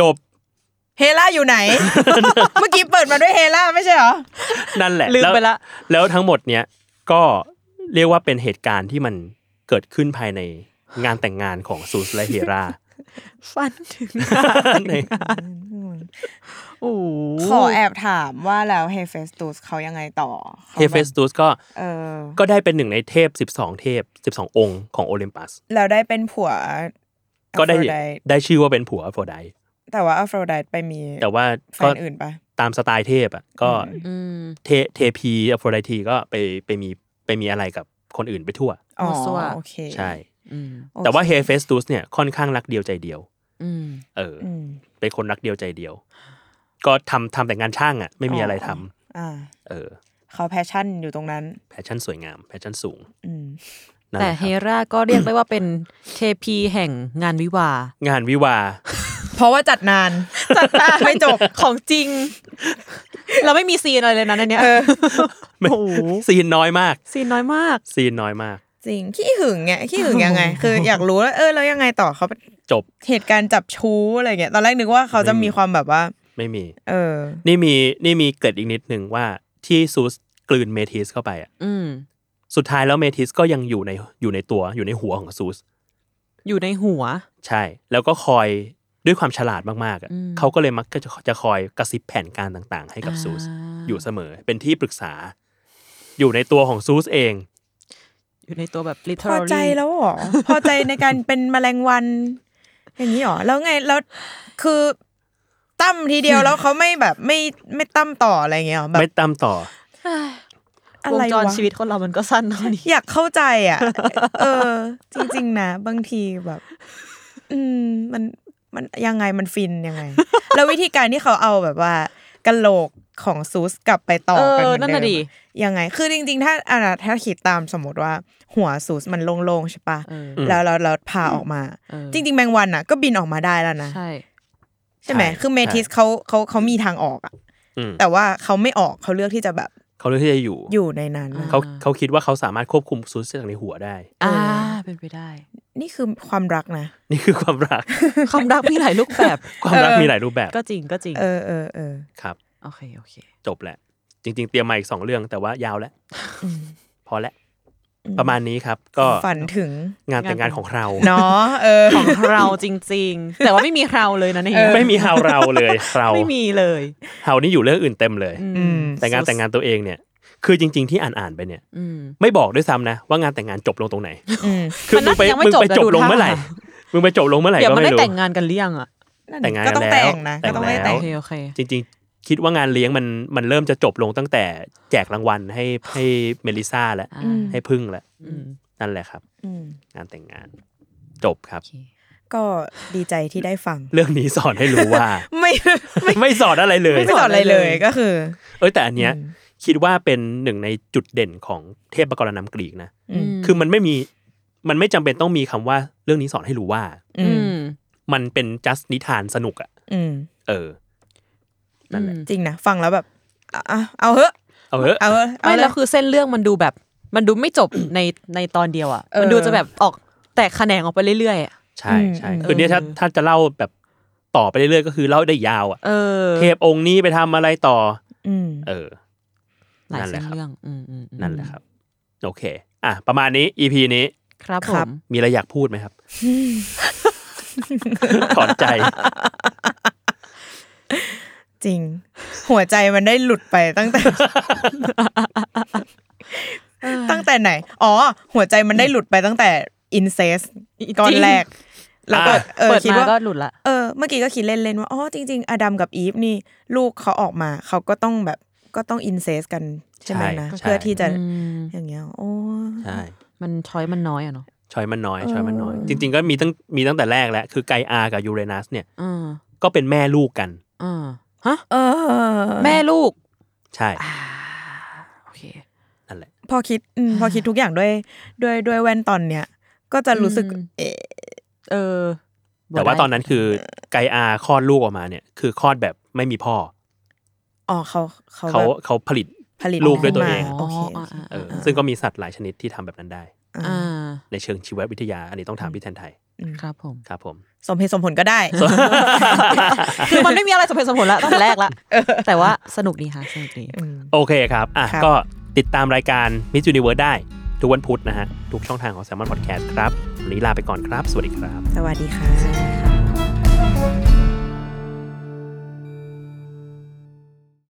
S2: จบ
S3: เฮล่า อยู่ไหน เมื่อกี้เปิดมาด้วยเฮล่าไม่ใช่เหรอ
S2: นั่นแหละ
S4: ลืมไป
S2: แว
S4: ละ
S2: แล้วทั้งหมดเนี้ยก็เรียกว่าเป็นเหตุการณ์ที่มันเกิดขึ้นภายในงานแต่งงานของซูสและเฮ รา
S4: ฟันถึง
S2: ใน
S4: โอ้โห
S3: ขอแอบถามว่าแล้วเฮเฟสตูสเขายังไงต่อขา
S2: เฮเฟสตูสก็
S3: เออ
S2: ก็ได้เป็นหนึ่งในเทพ 12 เทพ 12 องค์ของโอลิมปัส
S3: แล้วได้เป็นผัว
S2: ก็ได้
S3: Aphrodite
S2: ได้ชื่อว่าเป็นผัวอโฟไดต์
S3: แต่ว่าอัฟโรไดต์ไปมี
S2: แต่ว่า
S3: แฟ
S2: ก็
S3: นอื่นปะ
S2: ตามสไตล์เทพอ่ะก็
S4: อืม
S2: เทเทพีอโฟไดทีก็ไปไปมีไปมีอะไรกับคนอื่นไปทั่ว
S3: อ๋อ
S4: มั่วซั่ว
S3: โอเค
S2: ใช่
S4: อืม
S3: โอค
S2: แต่ว่าเฮเฟสตุสเนี่ยค่อนข้างรักเดียวใจเดียว
S4: อืม
S2: เอออ
S3: อืม
S2: เป็นคนรักเดียวใจเดียว ก็ทำทำแต่งานช่างอ่ะ ไม่มีอะไรทำ
S3: อ่า
S2: เออ
S3: เขาแพชชั่นอยู่ตรงนั้น
S2: แพชชั่นสวยงามแพชชั่นสูง
S3: อืม
S2: นั่นห
S4: แต่
S2: ละค
S4: เฮ
S2: รับ
S4: ราก็เรียกได้ว่าเป็นเทพีแห่งงานวิวาห์
S2: งานวิวาห์
S3: เพราะว่าจัดนาน จัดนานไม่จบ
S4: ของจริง เราไม่มีซีนอะไรเลยนะในเนี้ย
S2: ไม่ซีนน้อยมาก
S4: ซีนน้อยมาก
S2: ซีนน้อยมาก
S3: จริง ขี้หึงไงขี้หึง ยังไง คืออยากรู้ว่าเออแล้วยังไงต่อเขา
S2: จบ
S3: เหตุการณ์จับชู้อะไรเงี้ย ตอนแรกนึกว่าเขาจะมีความแบบว่า
S2: ไม่มี
S3: เออ
S2: นี่มีนี่มีเกร็ดอีกนิดหนึ่งว่าที่ซูสกลืนเมทิสเข้าไปอ่ะ
S4: อืม
S2: สุดท้ายแล้วเมทิสก็ยังอยู่ในอยู่ในตัวอยู่ในหัวของซูส
S4: อยู่ในหัว
S2: ใช่ แล้วก็คอยด้วยความฉลาดมากๆอะ
S4: อืม
S2: เขาก็เลยมักจะจะคอยกระซิบแผนการต่างๆ ให้กับซูสอยู่เสมอเป็นที่ปรึกษา อยู่ในตัวของซูสเอง
S4: อยู่ในตัวแบบ
S3: พอ
S4: literally
S3: ใจแล้วเหรอ พอใจในการเป็นแมลงวัน อย่างนี้เหรอ แล้วไงแล้วคือตั้มทีเดี ยวแล้วเขาไม่แบบไม่ไม่ตั้มต่ออะไรเงี้ยเหรอแบบ
S2: ไม่ตามต่อ
S3: อะ
S4: วง
S3: ไร
S4: จร
S3: วะ
S4: ชีวิตคนเรามันก็สั้นเท่านี้
S3: อยากเข้าใจอ่ะ เออ จริง ๆ นะ บางทีแบบ อืมมันมันยังไงมันฟินยังไง แล้ววิธีการที่เขาเอาแบบว่ากะโหลกของซูสกลับไปต่อ
S4: เอ
S3: กัน
S4: อ
S3: เหมือน
S4: นั่น
S3: เดิ
S4: น่ะ
S3: ม
S4: ดิ
S3: อะยังไง คือจริง ๆ ถ้าอ่ะถ้าคิดตามสมมติว่า หัวซูสมันโล่งๆใช่ปะ
S4: เออ
S3: แล้วเราเราพาออกมา
S4: เออ
S3: จริงๆแมงวันน่ะก็บินออกมาได้แล้วนะ
S4: ใช่
S3: ใช่ไหม
S2: ใช่
S3: คือเมทิส
S2: ใช่
S3: เขาเขาเขามีทางออกอะ
S2: อืม
S3: แต่ว่าเขาไม่ออกเขาเลือกที่จะแบบ
S2: เขาเลือกที่จะอยู่
S3: อยู่ในนั้นน่ะ
S2: เขา
S4: อ่า
S2: เขาคิดว่าเขาสามารถควบคุมซูสจากในหัวได้
S4: อ่า เป็นไปได้
S3: นี่คือความรักนะ
S2: นี่คือความรั ก
S4: ความรักมีหลายรูปแบบ
S2: ความรักมีหลายรูปแบบ
S4: ก็จริงก็จริง
S3: เออเออเออ
S2: ครับ
S4: โอเค โอเค
S2: จบแหละ จริง ๆ เตรียมมาอีกสองเรื่องแต่ว่ายาวแล้ว พอแล้วประมาณนี้ครับ ก็
S3: ฝันถึง
S2: งานแต่งงานของเรา
S3: เนาะ เออ
S4: ของเราจริง ๆ แต่ว่าไม่มีเราเลยนะในเนี้ย
S2: ไม่มีเฮาเราเลยเรา
S4: ไม่มีเลย
S2: เฮานี่อยู่เรื่องอื่นเต็มเลย
S3: อืม
S2: แต่งานแต่งงานตัวเองเนี่ย คือจริง ๆ ที่อ่านอ่านๆไปเนี่ย
S4: อืม
S2: ไม่บอกด้วยซ้ำนะว่างานแต่งงานจบลง ตรงไหน
S3: อืม
S2: คือ
S4: มัน
S2: มึ
S4: น่าง
S2: ไป
S4: จะยังไม่
S2: มึงไป
S4: จ
S2: จ
S4: บบ นะ
S2: ลง
S4: ดูท่า
S2: เมื่อไหร่มึงไปจบลงเมื่อไหร่
S4: เดี๋ยว
S2: ก็
S4: มัน
S2: ไม่
S4: ได้
S2: รู้
S4: แต่งงานกันหรือยังอ่ะ
S3: นั่น
S2: แต่งงาน
S3: ก็ต้อง
S2: แล้
S3: แต่
S2: ว
S3: งนะ
S2: แต่
S3: ก็
S2: ง
S3: ต้องได้
S2: แล้ว
S3: แต่ง
S4: โอเคโอเค
S2: จริงๆ คิดว่างานเลี้ยงมันมันเริ่มจะจบลงตั้งแต่แจกรางวัลให้ให้เมลิซ่าแล้ว
S4: อ่า
S2: ให้พึ่งแล้ว
S4: อืม
S2: นั่นแหละครับ
S3: อืม
S2: งานแต่งงานจบครับ
S3: ก็ดีใจที่ได้ฟัง
S2: เรื่องนี้สอนให้รู้ว่า
S3: ไม่ ไม่
S2: ไม่สอนอะไรเลย
S3: ไม่สอนอะไรเลยก็คือ
S2: เอ้ยแต่อันเนี้ยคิดว่าเป็นหนึ่งในจุดเด่นของเทพกรณำกรีกนะ
S3: อืม
S2: คือมันไม่มีมันไม่จำเป็นต้องมีคำว่าเรื่องนี้สอนให้รู้ว่า
S3: อื
S4: อื
S3: ม
S4: ม
S2: มันเป็น just นิทานสนุกอะ
S3: อืม
S2: เออ นั่นแหละ
S3: จริงนะฟังแล้วแบบอ่ะอ่ะเอาเหอะ
S2: เอาเถอะ
S3: เอาเหอะเอา
S4: ไม่
S3: เย
S4: แล้วคือเส้นเรื่องมันดูแบบ มันดูไม่ จบ ในในตอนเดียวอ่ะ มันดูจะแบบออกแตกแขนงออกไปเรื่อยๆอะ
S2: ใช่ใช่
S3: อืม
S2: คือเนี้ยถ้าถ้าจะเล่าแบบต่อไปเรื่อยๆ ก็คือเล่าได้ยาวอะ
S4: เออ
S2: เทพองค์นี้ไปทำอะไรต่อ
S3: อืม
S2: เออ
S4: หลาย
S2: นั่นแห
S4: เส้
S2: ละ
S4: น
S2: ครับ
S4: เรื่องอืมอืมอืม
S2: นั่นแหละครับ โอเค อ่ะ ประมาณนี้ EP นี้
S4: ครับผ
S3: ครับ
S4: ม
S2: มีอะไรอยากพูดไหม ครับ ถอนใจ
S3: จริง หัวใจมันได้หลุดไปตั้ง แต่ ตั้งแต่ไหน อ๋อ หัวใจมันได้หลุดไปตั้งแต่อินเซสตอนแรก แล้วก็
S2: อ่ะ
S3: เออ
S4: เปิด
S3: คิด
S4: มา
S3: ว่า
S4: ก็หลุดละ
S3: เออเมื่อกี้ก็คิดเล่น ๆ ว่า อ๋อ จริง ๆ อดัมกับอีฟนี่ ลูกเขาออกมา เขาก็ต้องแบบก็ต้องอินเซสกันใช่ไหมนะ
S2: ใช่
S3: เพื่อที่จะ
S4: อืม
S3: อย่างเงี้ยโอ้
S2: ใช่
S4: มันช้อยมันน้อยอ่ะเนาะ
S2: ชอยมันน้อยชอยมันน้อย
S3: เออ
S2: จริง ๆ ก็มีตั้งมีตั้งแต่แรกแล้วคือไกอากับยูเรนัสเนี่ย
S4: อ่า
S2: ก็เป็นแม่ลูกกัน
S4: อ่าฮะ
S3: เออ
S4: แม่ลูก
S2: ใช่
S4: อ่า โอเค
S2: นั่นแหละ
S3: พอคิดอืมพอคิดทุกอย่างด้วยด้วยด้วยแว่นตอนเนี้ยก็จะรู้สึก
S4: อืม
S3: เอะ
S4: เออ
S2: แต่ว่าตอนนั้นคือไกอาคลอดลูกออกมาเนี่ย คือคลอดแบบไม่มีพ่อ
S3: อ๋อเขาเขา
S2: เขา
S3: แบบ
S2: เขาผลิต
S3: ผลิต
S2: ลูกด้วยตัวเอง
S3: ขึ้นมาโอเคโอเค
S2: เออซึ่งก็มีสัตว์หลายชนิดที่ทำแบบนั้นได้
S4: อ่า
S2: ในเชิงชีววิทยา อันนี้ต้องถามพี่แทนไทย
S4: ครับ ผม
S2: ครับผม
S3: สมเหตุสมผลก็ได้
S4: คือมันไม่มีอะไรสมเหตุสมผลละตั้งแต่แรกละ แต่ว่าสนุกดีค่ะ สนุกดี
S2: โอเคครับ อ่ะ
S3: ครับ
S2: ก็ติดตามรายการ Miss Universe ได้ ทุกวันพุธนะฮะ ทุกช่องทางของ s ซ l m o n Podcast ครับ วันนี้ลาไปก่อนครับ สวัสดีครับ
S3: สวัสดีค่ะ